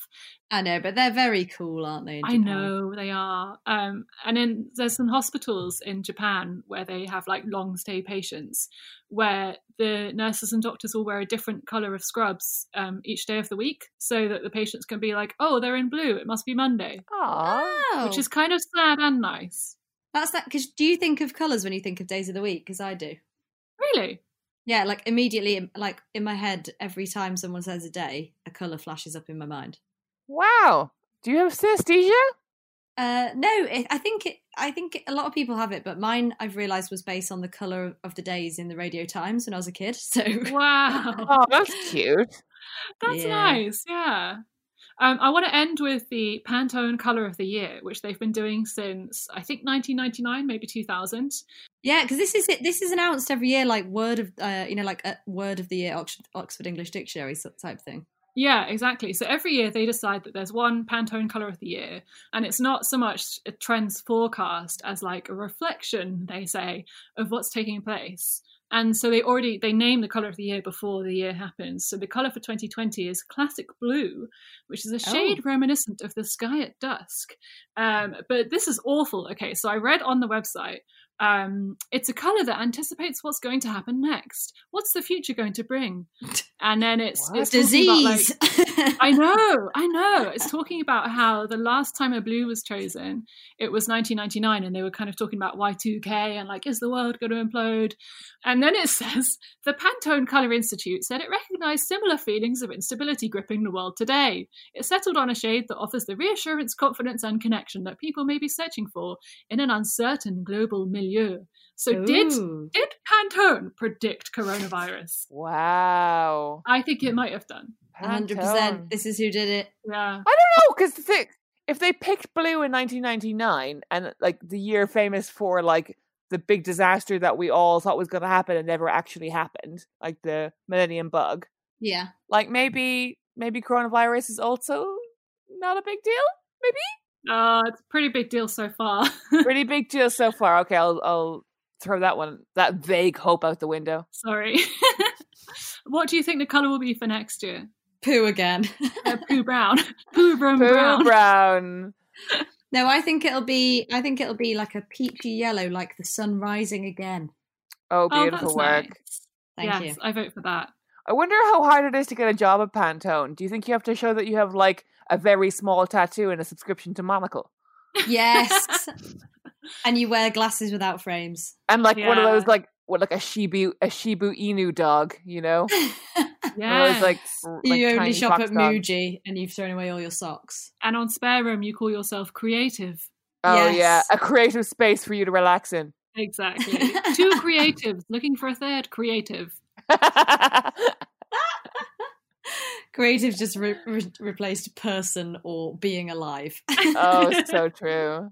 Speaker 3: I know, but they're very cool, aren't they? in
Speaker 2: I
Speaker 3: Japan?
Speaker 2: know they are. Um, and then there's some hospitals in Japan where they have like long stay patients, where the nurses and doctors will wear a different color of scrubs um, each day of the week, so that the patients can be like, "Oh, they're in blue. It must be Monday,"
Speaker 4: Aww.
Speaker 3: Oh,
Speaker 2: which is kind of sad and nice.
Speaker 3: that's that. Because do you think of colours when you think of days of the week? Because I do.
Speaker 2: Really?
Speaker 3: Yeah, like immediately, like in my head, every time someone says a day, a colour flashes up in my mind.
Speaker 4: Wow. Do you have synesthesia?
Speaker 3: Uh, no, it, I think it, I think a lot of people have it, but mine I've realised was based on the colour of the days in the Radio Times when I was a kid. So
Speaker 2: Wow.
Speaker 4: Oh, that's cute.
Speaker 2: That's
Speaker 3: Yeah.
Speaker 2: nice, yeah. Um, I want to end with the Pantone Color of the Year, which they've been doing since I think 1999, maybe 2000.
Speaker 3: yeah, because this is it. This is announced every year, like word of uh, you know, like a word of the year Oxford, Oxford English Dictionary so- type thing.
Speaker 2: Yeah, exactly. So every year they decide that there's one Pantone Color of the Year, and it's not so much a trends forecast as like a reflection, they say, of what's taking place. And so they already they name the color of the year before the year happens. So the color for 2020 is classic blue, which is a shade reminiscent of the sky at dusk. Um, but this is awful. Okay, so I read on the website. Um, it's a color that anticipates what's going to happen next. What's the future going to bring? And then it's,
Speaker 4: What?
Speaker 2: it's talking about, like,
Speaker 3: disease.
Speaker 2: I know, I know. It's talking about how the last time a blue was chosen, it was 1999, and they were kind of talking about Y2K and like, is the world going to implode? And then it says the Pantone Color Institute said it recognized similar feelings of instability gripping the world today. It settled on a shade that offers the reassurance, confidence, and connection that people may be searching for in an uncertain global milieu. So, did
Speaker 3: Ooh.
Speaker 2: did Pantone predict coronavirus?
Speaker 4: Wow.
Speaker 2: I think it might have done.
Speaker 3: 100%. This is who did it.
Speaker 2: Yeah.
Speaker 4: I don't know because the thing, if they picked blue in 1999 and like the year famous for like the big disaster that we all thought was going to happen and never actually happened, like the Millennium Bug,
Speaker 3: Yeah.
Speaker 4: like maybe maybe coronavirus is also not a big deal,
Speaker 2: Uh, it's a pretty big deal so far.
Speaker 4: pretty big deal so far. Okay, I'll I'll throw that one that vague hope out the window.
Speaker 2: Sorry. what do you think the colour will be for next year?
Speaker 3: Poo again.
Speaker 2: Uh, poo brown. Poo brown
Speaker 4: Poo
Speaker 2: brown.
Speaker 4: brown.
Speaker 3: no, I think it'll be I think it'll be like a peachy yellow like the sun rising again.
Speaker 4: Oh,
Speaker 2: Oh, that's
Speaker 4: beautiful work.
Speaker 2: nice.
Speaker 3: Thank
Speaker 2: yes,
Speaker 3: you.
Speaker 2: I vote for that.
Speaker 4: I wonder how hard it is to get a job at Pantone. Do you think you have to show that you have like a very small tattoo and a subscription to Monocle?
Speaker 3: Yes. and you wear glasses without frames.
Speaker 4: And like one of those
Speaker 2: Yeah.
Speaker 4: like what like a Shibu a Shibu Inu dog, you know? One of
Speaker 2: Yeah.
Speaker 4: those, like, r- like
Speaker 3: you only
Speaker 4: tiny
Speaker 3: shop
Speaker 4: fox
Speaker 3: at
Speaker 4: dogs.
Speaker 3: Muji and you've thrown away all your socks.
Speaker 2: and on Spare Room, you call yourself creative.
Speaker 4: Oh yeah,
Speaker 3: Yes.
Speaker 4: a creative space for you to relax in.
Speaker 2: Exactly. Two creatives looking for a third creative.
Speaker 3: Creative just re- re- replaced person or being alive.
Speaker 4: oh, so true.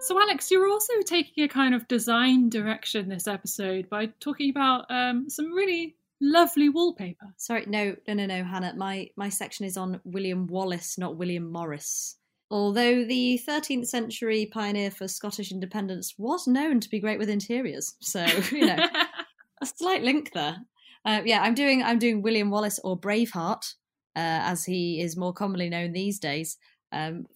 Speaker 2: So, Alex, you're also taking a kind of design direction this episode by talking about um, some really lovely wallpaper.
Speaker 3: Sorry, no, no, no, no, Hannah. My my section is on William Wallace, not William Morris. Although the 13th century pioneer for Scottish independence was known to be great with interiors, so Oh, you know a slight link there. Uh, yeah, I'm doing I'm doing William Wallace or Braveheart, uh, as he is more commonly known these days. Um,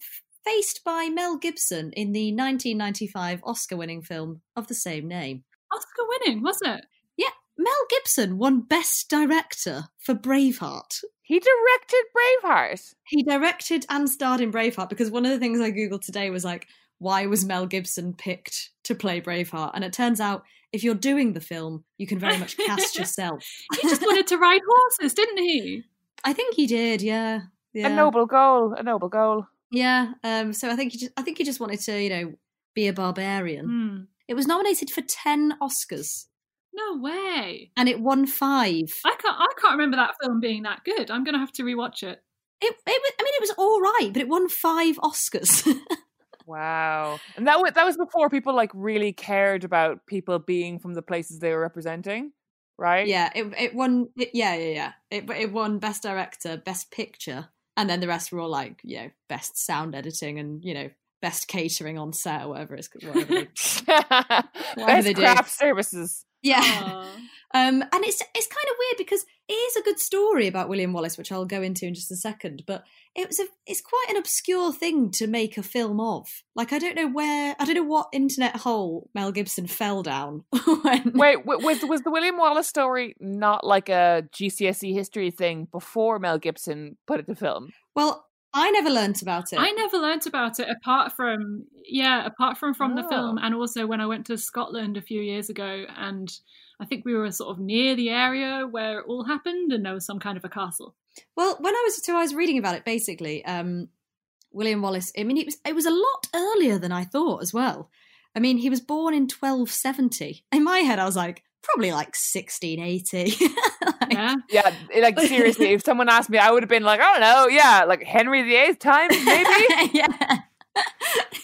Speaker 3: faced by Mel Gibson in the 1995 Oscar-winning film of the same name.
Speaker 2: Oscar winning, wasn't it?
Speaker 3: Yeah, Mel Gibson won Best Director for Braveheart.
Speaker 4: He directed Braveheart.
Speaker 3: He directed and starred in Braveheart because one of the things I googled today was like, why was Mel Gibson picked to play Braveheart? And it turns out if you're doing the film, you can very much cast yourself.
Speaker 2: He just wanted to ride horses, didn't he?
Speaker 3: I think he did, yeah, yeah,
Speaker 4: A noble goal. A noble goal.
Speaker 3: yeah. Um, so I think he just, I think he just wanted to, you know, be a barbarian.
Speaker 2: Hmm.
Speaker 3: It was nominated for ten Oscars,
Speaker 2: No way.
Speaker 3: and it won five.
Speaker 2: I can't. I can't remember that film being that good. I'm going to have to rewatch it.
Speaker 3: It, it was, I mean, it was all right, but it won five Oscars.
Speaker 4: Wow. And that was that was before people like really cared about people being from the places they were representing, right?
Speaker 3: yeah, it it won. It, yeah, yeah, yeah. It it won best director, best picture, and then the rest were all like, you know, best sound editing and you know, best catering on set or whatever it's whatever. they- they
Speaker 4: Best
Speaker 3: do.
Speaker 4: craft services.
Speaker 3: yeah.
Speaker 2: Aw.
Speaker 3: Um, and it's it's kind of weird because it is a good story about William Wallace, which I'll go into in just a second. But it was a it's quite an obscure thing to make a film of. Like I don't know where I don't know what internet hole Mel Gibson fell down. when,
Speaker 4: Wait, w- was was the William Wallace story not like a GCSE E history thing before Mel Gibson put it to film?
Speaker 3: well, I never learnt about it.
Speaker 2: I never learnt about it apart from yeah, apart from from the film,
Speaker 4: Oh.
Speaker 2: and also when I went to Scotland a few years ago, and I think we were sort of near the area where it all happened, and there was some kind of a castle.
Speaker 3: Well, when I was so I was reading about it basically. Um, William Wallace. I mean, it was it was a lot earlier than I thought as well. I mean, he was born in 1270. In my head, I was like probably like 1680. Like,
Speaker 2: Yeah,
Speaker 4: Yeah, it- like seriously, if someone asked me, I would have been like, I don't know, yeah, like Henry VIII time, maybe.
Speaker 3: yeah.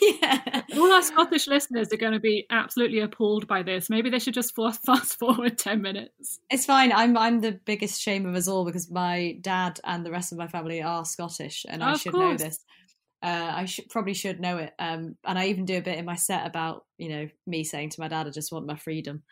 Speaker 3: yeah.
Speaker 2: all our Scottish listeners are going to be absolutely appalled by this. Maybe they should just fa- fast forward ten minutes.
Speaker 3: It's fine. I'm I'm the biggest shame of us all because my dad and the rest of my family are Scottish and I
Speaker 2: Oh, Of
Speaker 3: should
Speaker 2: course.
Speaker 3: know this. Uh, I should probably should know it. Um, and I even do a bit in my set about, you know, me saying to my dad, I just want my freedom.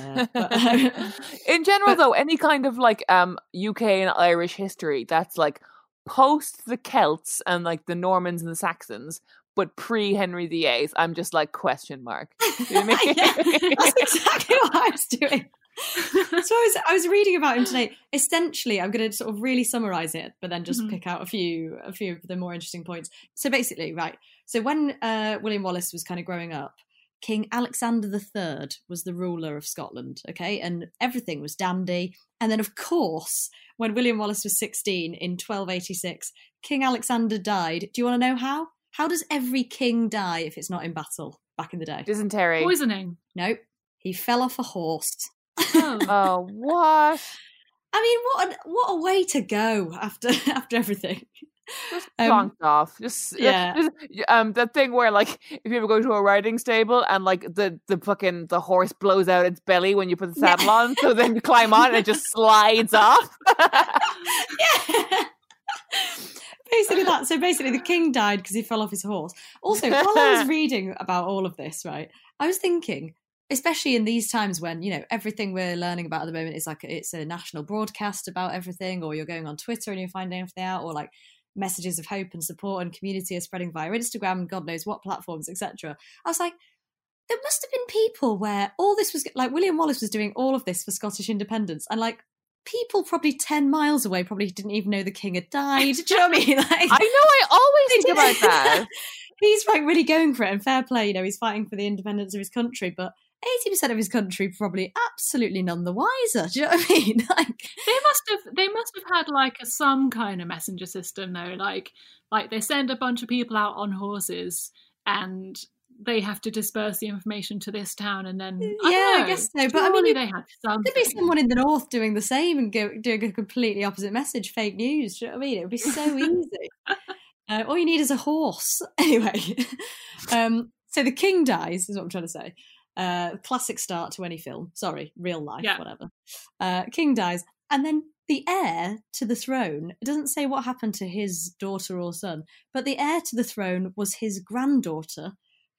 Speaker 3: Uh, but,
Speaker 4: in general
Speaker 3: But-
Speaker 4: though any kind of like um uk and irish history that's like post the celts and like the normans and the saxons but pre henry viii i'm just like question mark You know what I mean?
Speaker 3: yeah, that's exactly what I was doing. So I was I was reading about him today. Essentially, I'm going to sort of really summarize it, but then just
Speaker 4: Mm-hmm.
Speaker 2: Mhm.
Speaker 3: pick out a few a few of the more interesting points. So basically, right. So when uh, William Wallace was kind of growing up, King Alexander III was the ruler of Scotland. Okay, and everything was dandy. And then, of course, when William Wallace was 16 in 1286, King Alexander died. Do you want to know how? How does every king die if it's not in battle? Back in the day,
Speaker 4: dysentery
Speaker 2: Poisoning.
Speaker 3: Nope. He fell off a horse.
Speaker 2: Oh.
Speaker 4: oh what
Speaker 3: I mean, what an, what a way to go after after everything.
Speaker 4: just
Speaker 3: Um,
Speaker 4: plonked off just yeah
Speaker 3: yeah.
Speaker 4: um that thing where like if you ever go to a riding stable and like the the fucking the horse blows out its belly when you put the
Speaker 3: Yeah.
Speaker 4: saddle on so then you climb on and it just slides off
Speaker 3: Yeah. basically that. So basically, the king died because he fell off his horse. Also, while I was reading about all of this, right, I was thinking, especially in these times when you know everything we're learning about at the moment is like it's a national broadcast about everything, or you're going on Twitter and you're finding everything out, or like messages of hope and support and community are spreading via Instagram and God knows what platforms, etc. I was like, there must have been people where all this was like William Wallace was doing all of this for Scottish independence, and like people probably ten miles away probably didn't even know the king had died. Do you know what I mean? Like,
Speaker 4: i know i always
Speaker 3: They
Speaker 4: think
Speaker 3: did-
Speaker 4: about that
Speaker 3: he's like really going for it, and fair play, you know, he's fighting for the independence of his country, but. 80% of his country probably absolutely none the wiser. Do you know what I mean? Like,
Speaker 2: They must have they must have had like a, some kind of messenger system though, like like they send a bunch of people out on horses and they have to disperse the information to this town and then I
Speaker 3: Yeah, I
Speaker 2: don't know,
Speaker 3: guess so, but I mean,
Speaker 2: surely
Speaker 3: you-
Speaker 2: they had some
Speaker 3: could be someone in the north doing the same and go, doing a completely opposite message, fake news. Do you know what I mean? It would be so easy. Uh, all you need is a horse, anyway. um, so the king dies, is what I'm trying to say. Uh, classic start to any film. Sorry, real life,
Speaker 2: Yeah.
Speaker 3: whatever. Uh, king dies, and then the heir to the throne it doesn't say what happened to his daughter or son, but the heir to the throne was his granddaughter,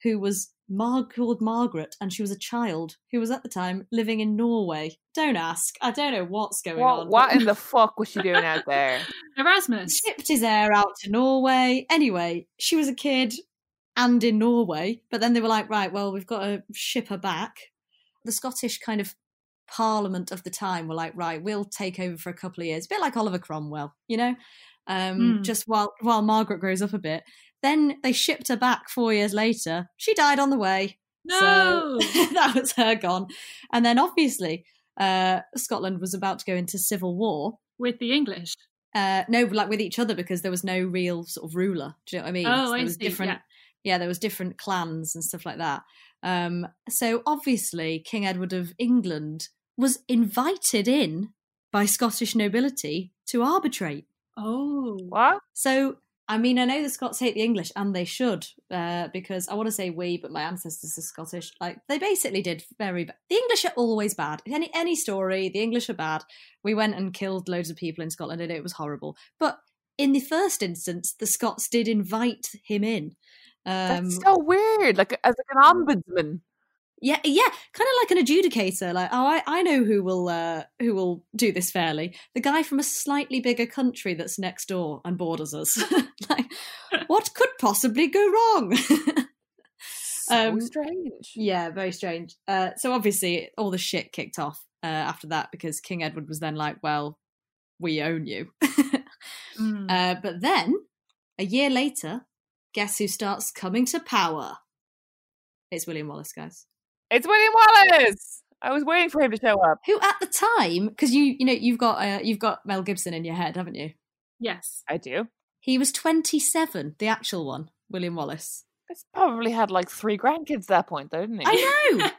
Speaker 3: who was Mar- called Margaret, and she was a child who was at the time living in Norway. Don't ask. I don't know what's going
Speaker 4: What,
Speaker 3: on.
Speaker 4: what
Speaker 3: but-
Speaker 4: in the fuck was she doing out there?
Speaker 2: Erasmus.
Speaker 3: shipped his heir out to Norway. Anyway, she was a kid and in Norway, but then they were like, right, well, we've got to ship her back. The Scottish kind of parliament of the time were like, right, we'll take over for a couple of years, a bit like Oliver Cromwell, you know, um,
Speaker 2: Hmm.
Speaker 3: just while while Margaret grows up a bit. Then they shipped her back four years later. She died on the way.
Speaker 2: No.
Speaker 3: So that was her gone. And then obviously, uh, Scotland was about to go into civil war
Speaker 2: With the English.
Speaker 3: uh no like with each other because there was no real sort of ruler do you know what i mean
Speaker 2: Oh,
Speaker 3: there
Speaker 2: I
Speaker 3: was
Speaker 2: see,
Speaker 3: different
Speaker 2: yeah.
Speaker 3: there was different clans and stuff like that um so obviously king edward of england was invited in by Scottish nobility to arbitrate.
Speaker 2: Oh,
Speaker 4: What?
Speaker 3: So, I mean, I know the Scots hate the English, and they should, uh, because I want to say we, but my ancestors are Scottish. Like they basically did very. Ba- the English are always bad. Any any story, the English are bad. We went and killed loads of people in Scotland, and it was horrible. But in the first instance, the Scots did invite him in. Um,
Speaker 4: That's so weird. Like as like an ombudsman.
Speaker 3: yeah, yeah, kind of like an adjudicator. Like, oh, I, I know who will uh, who will do this fairly. The guy from a slightly bigger country that's next door and borders us. like, what could possibly go wrong?
Speaker 4: So
Speaker 3: Um,
Speaker 4: strange.
Speaker 3: Yeah, very strange. Uh, so obviously, all the shit kicked off uh, after that because King Edward was then like, "Well, we own you."
Speaker 2: Mm.
Speaker 3: uh, but then, a year later, guess who starts coming to power? It's William Wallace, guys.
Speaker 4: It's William Wallace. I was waiting for him to show up.
Speaker 3: Who at the time, because you you know you've got uh, you've got Mel Gibson in your head, haven't you?
Speaker 2: yes.
Speaker 4: I do.
Speaker 3: He was twenty seven, the actual one, William Wallace.
Speaker 4: He's probably had like three grandkids at that point, though, didn't he?
Speaker 3: I know.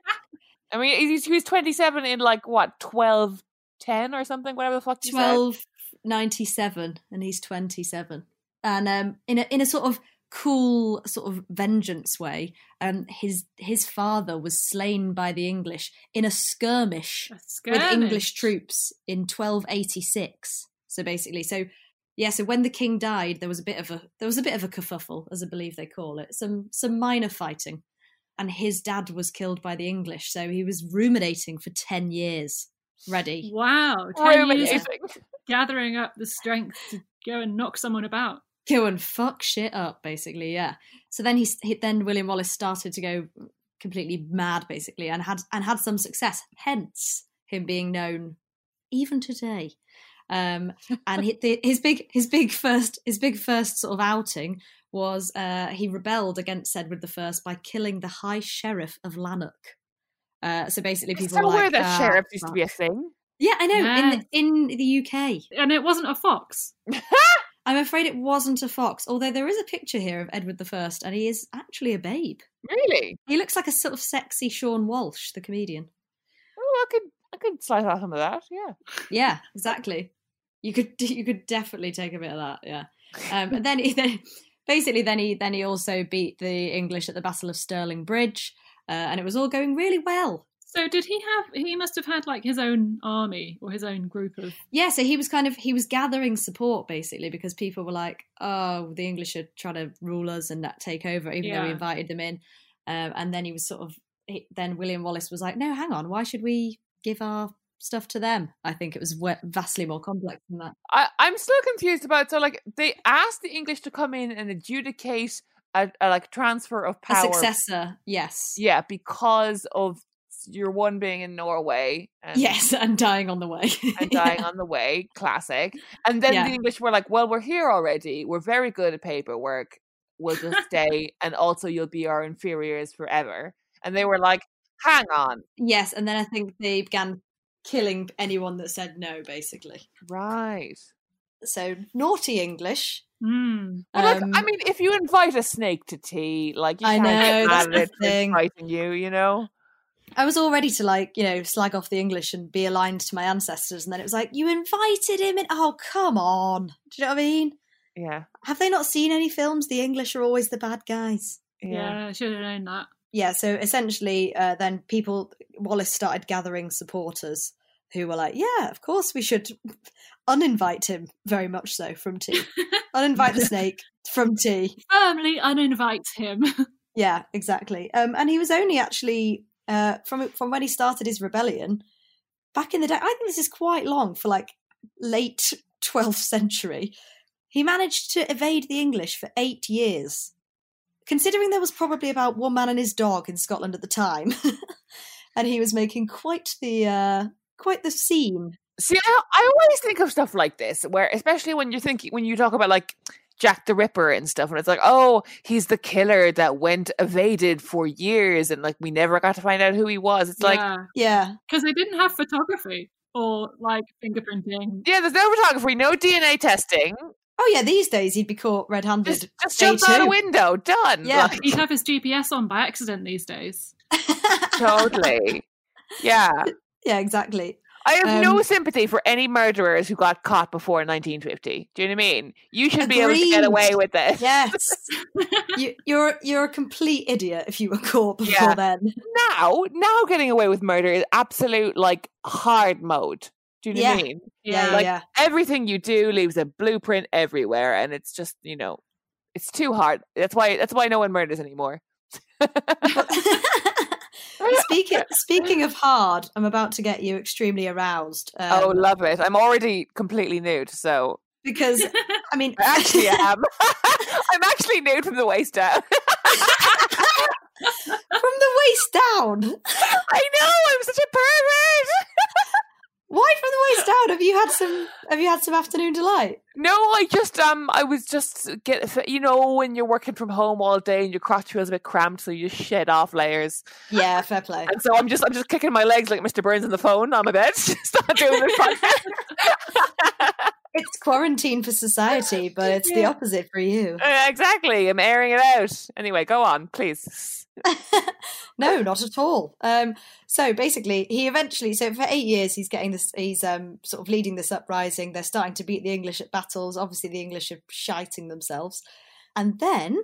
Speaker 4: I mean, he's, he was 27 in like what, 12, 10 or something, whatever the fuck you said.
Speaker 3: 1297 and he's 27 and um in a in a sort of cool sort of vengeance way um his his father was slain by the english in a skirmish,
Speaker 2: A
Speaker 3: with english
Speaker 2: skirmish.
Speaker 3: troops in 1286 so basically so yeah so when the king died there was a bit of a there was a bit of a kerfuffle as i believe they call it some some minor fighting and his dad was killed by the english so he was ruminating for 10 years ready Oh,
Speaker 2: Wow. Ten years
Speaker 4: Romanising.
Speaker 2: of gathering up the strength to go and knock someone about.
Speaker 3: go and fuck shit up basically yeah so then he, s- he then william wallace started to go completely mad basically and had and had some success hence him being known even today um and he, the, his big his big first his big first sort of outing was uh he rebelled against edward the first by killing the high sheriff of lanark uh so basically
Speaker 4: It's
Speaker 3: people
Speaker 4: so
Speaker 3: were like
Speaker 4: weird that
Speaker 3: "Ah,
Speaker 4: sheriff used to be a
Speaker 3: fuck."
Speaker 4: thing.
Speaker 3: yeah i know
Speaker 2: Yes.
Speaker 3: in the, in the uk
Speaker 2: And it wasn't a fox.
Speaker 3: I'm afraid it wasn't a fox, although there is a picture here of Edward I, and he is actually a babe.
Speaker 4: Really?
Speaker 3: He looks like a sort of sexy Sean Walsh, the comedian.
Speaker 4: Oh, I could, I could slice out some of that. Yeah.
Speaker 3: Yeah, exactly. You could you could definitely take a bit of that, yeah. Um, and then he then basically then he then he also beat the English at the Battle of Stirling Bridge, uh, and it was all going really well.
Speaker 2: So did he have? He must have had like his own army or his own group of.
Speaker 3: Yeah, so he was kind of he was gathering support basically because people were like, "Oh, the English are trying to rule us and not take over," even though we
Speaker 2: Yeah.
Speaker 3: invited them in. Um, and then he was sort of he, then William Wallace was like, "No, hang on, why should we give our stuff to them?" I think it was wa- vastly more complex than that.
Speaker 4: I, I'm still confused about. So, like, they asked the English to come in and adjudicate a, a like transfer of
Speaker 3: A
Speaker 4: power.
Speaker 3: successor, yes,
Speaker 4: Yeah, because of your one being in Norway. And
Speaker 3: yes, and dying on the way,
Speaker 4: and
Speaker 3: Yeah.
Speaker 4: dying on the way, classic. And then
Speaker 3: Yeah.
Speaker 4: the English were like, "Well, we're here already. We're very good at paperwork. We'll just stay, and also you'll be our inferiors forever." And they were like, "Hang on,
Speaker 3: Yes, and then I think they began killing anyone that said no, basically.
Speaker 4: right?"
Speaker 3: So naughty English.
Speaker 2: Hmm.
Speaker 4: Well, like, I
Speaker 3: Um,
Speaker 4: mean, if you invite a snake to tea, like you
Speaker 3: I
Speaker 4: can't
Speaker 3: know,
Speaker 4: get
Speaker 3: that's
Speaker 4: mad
Speaker 3: the
Speaker 4: at it for
Speaker 3: thing.
Speaker 4: inviting you, you know.
Speaker 3: I was all ready to like, you know, slag off the English and be aligned to my ancestors, and then it was like, you invited him in. Oh, come on! Do you know what I mean?
Speaker 4: Yeah,
Speaker 3: Have they not seen any films? The English are always the bad guys.
Speaker 4: yeah.
Speaker 2: Yeah, I should have known that.
Speaker 3: Yeah. So essentially, uh, then people Wallace started gathering supporters who were like, yeah, of course we should uninvite him very much so from tea, uninvite the snake from tea.
Speaker 2: Firmly uninvite him.
Speaker 3: Yeah, exactly. Um, and he was only actually uh, from from when he started his rebellion back in the day. I think this is quite long for like late 12th century. He managed to evade the English for eight years, considering there was probably about one man and his dog in Scotland at the time, and he was making quite the uh, quite the scene.
Speaker 4: See, I, I always think of stuff like this, where especially when you're thinking when you talk about like Jack the Ripper and stuff, and it's like, oh, he's the killer that went evaded for years, and like we never got to find out who he was. It's like,
Speaker 2: yeah,
Speaker 3: Yeah,
Speaker 2: because they didn't have photography or like fingerprinting.
Speaker 4: yeah, there's no photography, no DNA testing,
Speaker 3: oh yeah. These days he'd be caught red-handed.
Speaker 4: just just
Speaker 3: Day
Speaker 4: jump out a
Speaker 3: two.
Speaker 4: window, done.
Speaker 3: Yeah.
Speaker 4: Like,
Speaker 2: He'd have his GPS on by accident these days.
Speaker 4: totally. Yeah,
Speaker 3: Yeah, exactly.
Speaker 4: I have
Speaker 3: Um,
Speaker 4: no sympathy for any murderers who got caught before 1950. Do you know what I mean? You should be able to get
Speaker 3: Agreed.
Speaker 4: away with this.
Speaker 3: Yes, you, you're you're a complete idiot if you were caught before
Speaker 4: Yeah.
Speaker 3: then.
Speaker 4: Now, now getting away with murder is absolute like hard mode. Do you know what I
Speaker 3: Yeah.
Speaker 4: mean?
Speaker 3: Yeah,
Speaker 4: like
Speaker 3: yeah.
Speaker 4: everything you do leaves a blueprint everywhere, and it's just you know, it's too hard. That's why that's why no one murders anymore.
Speaker 3: Speaking speaking of hard, I'm about to get you extremely aroused. Um,
Speaker 4: oh, love it! I'm already completely nude, so
Speaker 3: because I mean,
Speaker 4: I actually am. I'm actually nude from the waist down.
Speaker 3: from the waist down.
Speaker 4: I know I'm such a pervert.
Speaker 3: Why from the waist down? Have you had some? Have you had some afternoon delight?
Speaker 4: No, I just um, I was just get you know when you're working from home all day and your crotch feels a bit cramped, so you just shed off layers.
Speaker 3: Yeah, fair play.
Speaker 4: And so I'm just I'm just kicking my legs like Mr. Burns on the phone on my bed. Just not doing this podcast.
Speaker 3: It's quarantine for society, but it's the opposite for you.
Speaker 4: Uh, exactly, I'm airing it out. Anyway, go on, please.
Speaker 3: No, not at all. Um, so basically, he eventually, so for eight years, he's getting this, he's um, sort of leading this uprising. They're starting to beat the English at battles. Obviously, the English are shiting themselves. And then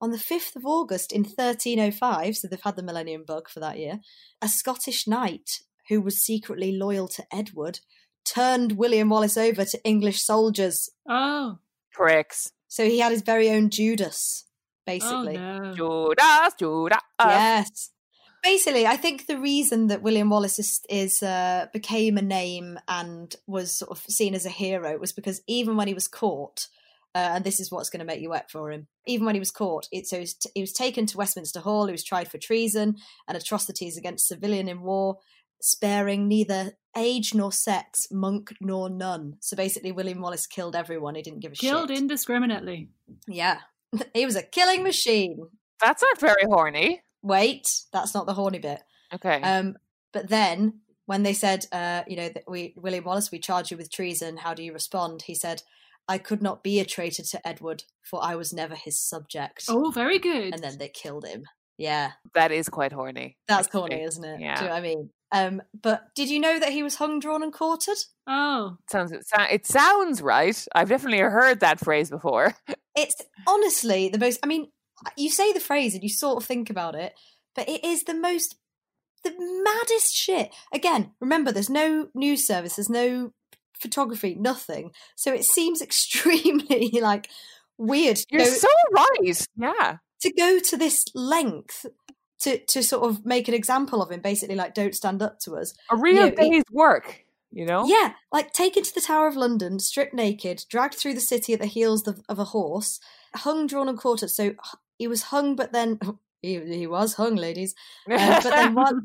Speaker 3: on the 5th of August in 1305, so they've had the millennium bug for that year, a Scottish knight who was secretly loyal to Edward turned William Wallace over to English soldiers.
Speaker 2: Oh,
Speaker 4: Pricks,
Speaker 3: So he had his very own Judas, basically.
Speaker 2: oh no.
Speaker 4: Judas, Judas.
Speaker 3: Yes. Um, Basically, I think the reason that William Wallace is, is uh, became a name and was sort of seen as a hero was because even when he was caught, uh, and this is what's going to make you wet for him. Even when he was caught, it, so he was, t- he was taken to Westminster Hall. He was tried for treason and atrocities against civilian in war, sparing neither age nor sex, monk nor nun. So basically, William Wallace killed everyone. He didn't give a
Speaker 2: Killed
Speaker 3: shit.
Speaker 2: indiscriminately.
Speaker 3: Yeah, he was a killing machine.
Speaker 4: That's not very horny.
Speaker 3: Wait, that's not the horny bit.
Speaker 4: Okay.
Speaker 3: Um, but then when they said, uh, you know, that we William Wallace, we charge you with treason. How do you respond? He said, "I could not be a traitor to Edward, for I was never his subject."
Speaker 2: Oh, very good.
Speaker 3: And then they killed him. Yeah,
Speaker 4: that is quite horny.
Speaker 3: that's corny,
Speaker 4: actually.
Speaker 3: isn't it?
Speaker 4: Yeah.
Speaker 3: Do you know what I mean? Um, but did you know that he was hung, drawn, and quartered?
Speaker 2: oh,
Speaker 4: Sounds it, sou- it sounds right. I've definitely heard that phrase before.
Speaker 3: It's honestly the most. I mean, you say the phrase and you sort of think about it, but it is the most, the maddest shit. Again, remember, there's no news service, there's no photography, nothing. So it seems extremely like weird to
Speaker 4: You're
Speaker 3: go,
Speaker 4: so right. Yeah.
Speaker 3: to go to this length to to sort of make an example of him. Basically, like don't stand up to us.
Speaker 4: A real
Speaker 3: it-
Speaker 4: day's work, you know?
Speaker 3: Yeah, like taken to the Tower of London, stripped naked, dragged through the city at the heels of, of a horse, hung, drawn, and quartered. So h- he was hung, but then he, he was hung, ladies. Uh, but then while,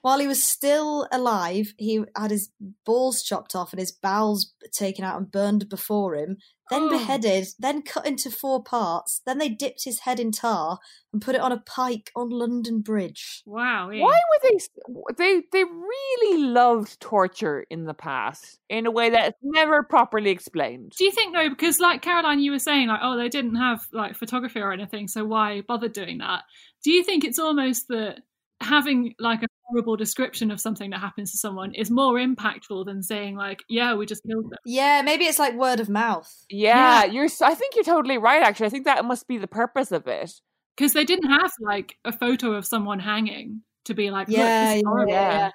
Speaker 3: while he was still alive, he had his balls chopped off and his bowels taken out and burned before him. Then
Speaker 2: Oh.
Speaker 3: beheaded, then cut into four parts. Then they dipped his head in tar and put it on a pike on London Bridge.
Speaker 2: wow. yeah.
Speaker 4: Why were they s- w- they they really loved torture in the past in a way that's never properly explained.
Speaker 2: Do you think though, because like Caroline, you were saying, like, oh, they didn't have like photography or anything, so why bother doing that? Do you think it's almost that having like a horrible description of something that happens to someone is more impactful than saying like, yeah, we just killed them?
Speaker 3: Yeah, maybe it's like word of mouth.
Speaker 4: Yeah, you're s- I think you're totally right actually. I think that must be the purpose of it.
Speaker 2: Because they didn't have like a photo of someone hanging to be like, yeah,
Speaker 3: Yeah,
Speaker 2: horrible.
Speaker 4: yeah.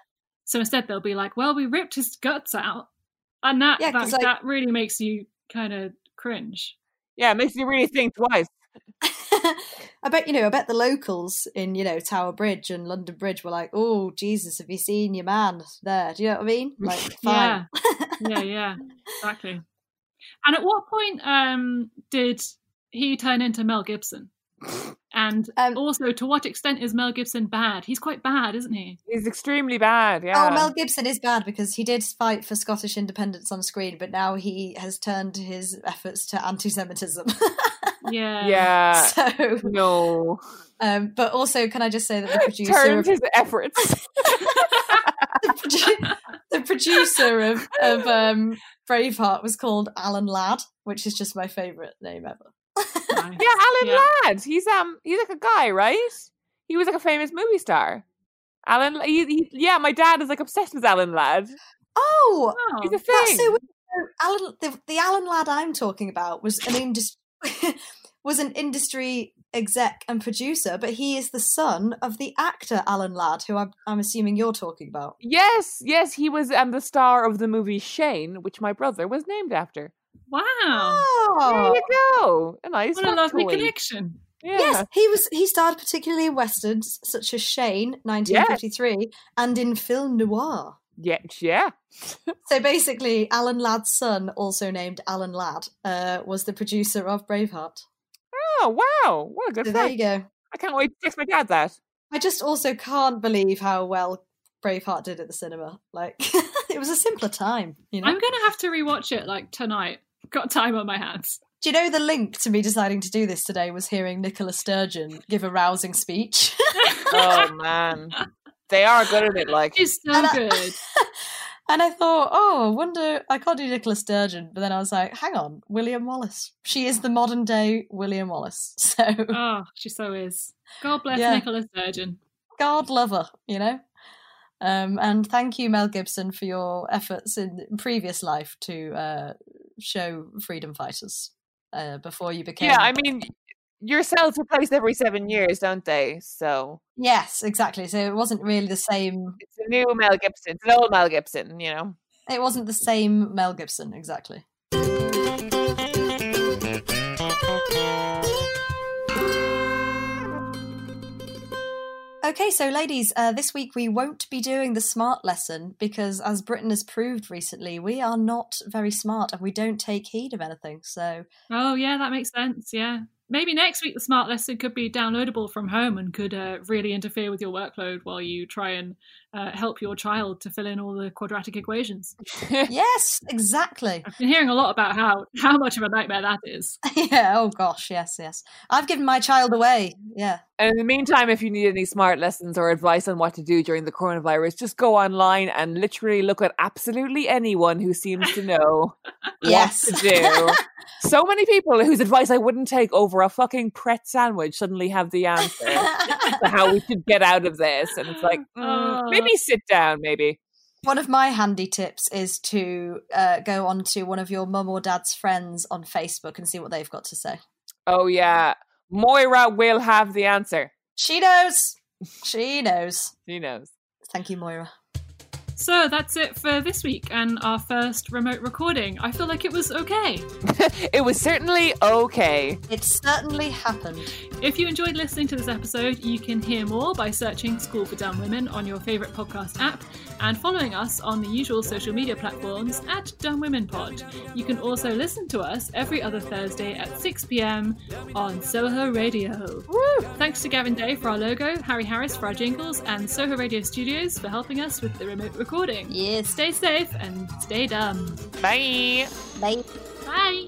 Speaker 2: So instead, they'll be like, well, we ripped his guts out, and that
Speaker 3: Yeah,
Speaker 2: that,
Speaker 3: 'cause, like-
Speaker 2: that really makes you kind of cringe.
Speaker 4: Yeah, it makes you really think twice.
Speaker 3: I bet you know. I bet the locals in you know Tower Bridge and London Bridge were like, "Oh Jesus, have you seen your man there?" Do you know what I mean? Like, fine.
Speaker 2: yeah, yeah, exactly. And at what point um, did he turn into Mel Gibson? And
Speaker 3: Um,
Speaker 2: also, to what extent is Mel Gibson bad? He's quite bad, isn't he?
Speaker 4: It's extremely bad. Yeah.
Speaker 3: Oh, Mel Gibson is bad because he did fight for Scottish independence on screen, but now he has turned his efforts to anti-Semitism.
Speaker 2: Yeah,
Speaker 4: yeah.
Speaker 3: so,
Speaker 4: No.
Speaker 3: um, but also, can I just say that the producer
Speaker 4: Turned
Speaker 3: of-
Speaker 4: his efforts.
Speaker 3: the, produ- the producer of, of um, Braveheart was called Alan Ladd, which is just my favourite name ever.
Speaker 2: Nice.
Speaker 4: Yeah, Alan
Speaker 2: Yeah.
Speaker 4: Ladd. He's um he's like a guy, right? He was like a famous movie star. Alan, he, he, yeah, my dad is like obsessed with Alan Ladd.
Speaker 3: Oh,
Speaker 4: He's a
Speaker 3: that's
Speaker 4: thing.
Speaker 3: so weird. So Alan, the, the Alan lad I'm talking about was an industry was an industry exec and producer, but he is the son of the actor Alan Ladd, who I'm, I'm assuming you're talking about.
Speaker 4: Yes, yes, he was um, the star of the movie Shane, which my brother was named after.
Speaker 2: Wow.
Speaker 3: Oh,
Speaker 4: There you go. A nice
Speaker 2: What a lovely
Speaker 4: factoid.
Speaker 2: connection.
Speaker 4: Yeah.
Speaker 3: Yes, he was. He starred particularly in westerns such as Shane, 1953, and in film noir.
Speaker 4: Yeah, yeah.
Speaker 3: So basically, Alan Ladd's son, also named Alan Ladd, uh, was the producer of Braveheart.
Speaker 4: Oh wow, what a good
Speaker 3: So there
Speaker 4: fact!
Speaker 3: you go.
Speaker 4: I can't wait to text my dad that.
Speaker 3: I just also can't believe how well Braveheart did at the cinema. Like it was a simpler time, you know.
Speaker 2: I'm going to have to rewatch it like tonight. Got time on my hands.
Speaker 3: Do you know the link to me deciding to do this today was hearing Nicola Sturgeon give a rousing speech?
Speaker 4: Oh man, they are good at it. Like
Speaker 2: It's so
Speaker 3: And I-
Speaker 2: good.
Speaker 3: and I thought, oh, I wonder I can't do Nicola Sturgeon, but then I was like, hang on, William Wallace. She is the modern day William Wallace. So
Speaker 2: Oh, she so is. God bless
Speaker 3: Yeah.
Speaker 2: Nicola Sturgeon.
Speaker 3: God lover, you know? Um, and thank you, Mel Gibson, for your efforts in previous life to uh, show freedom fighters uh, before you became.
Speaker 4: yeah, I mean, yourselves replaced every seven years, don't they? So
Speaker 3: Yes, exactly. So it wasn't really the same.
Speaker 4: it's a new Mel Gibson, it's an old Mel Gibson, you know.
Speaker 3: It wasn't the same Mel Gibson, exactly. Okay, so ladies, uh, this week we won't be doing the smart lesson because, as Britain has proved recently, we are not very smart and we don't take heed of anything. So,
Speaker 2: Oh, yeah, that makes sense. Yeah. Maybe next week the smart lesson could be downloadable from home and could uh, really interfere with your workload while you try and uh, help your child to fill in all the quadratic equations.
Speaker 3: yes, exactly.
Speaker 2: I've been hearing a lot about how how much of a nightmare that is.
Speaker 3: yeah, oh gosh, yes, yes. I've given my child away. Yeah.
Speaker 4: And in the meantime, if you need any smart lessons or advice on what to do during the coronavirus, just go online and literally look at absolutely anyone who seems to know
Speaker 3: Yes.
Speaker 4: what to do. so many people whose advice I wouldn't take over a fucking pret sandwich suddenly have the answer to how we should get out of this. And it's like, mm, maybe sit down, maybe.
Speaker 3: One of my handy tips is to uh, go on to one of your mum or dad's friends on Facebook and see what they've got to say.
Speaker 4: Oh, yeah. Moira will have the answer.
Speaker 3: She knows. She knows.
Speaker 4: She knows.
Speaker 3: Thank you, Moira.
Speaker 2: So that's it for this week and our first remote recording. I feel like it was okay.
Speaker 4: It was certainly okay.
Speaker 3: It certainly happened.
Speaker 2: If you enjoyed listening to this episode, you can hear more by searching School for Dumb Women on your favourite podcast app and following us on the usual social media platforms at Dumb Women Pod. You can also listen to us every other Thursday at 6 pm on Soho Radio. Thanks to Gavin Day for our logo, Harry Harris for our jingles, and Soho Radio Studios for helping us with the remote recording.
Speaker 3: Yes.
Speaker 2: Stay safe and stay dumb.
Speaker 4: Bye.
Speaker 3: Bye.
Speaker 2: Bye.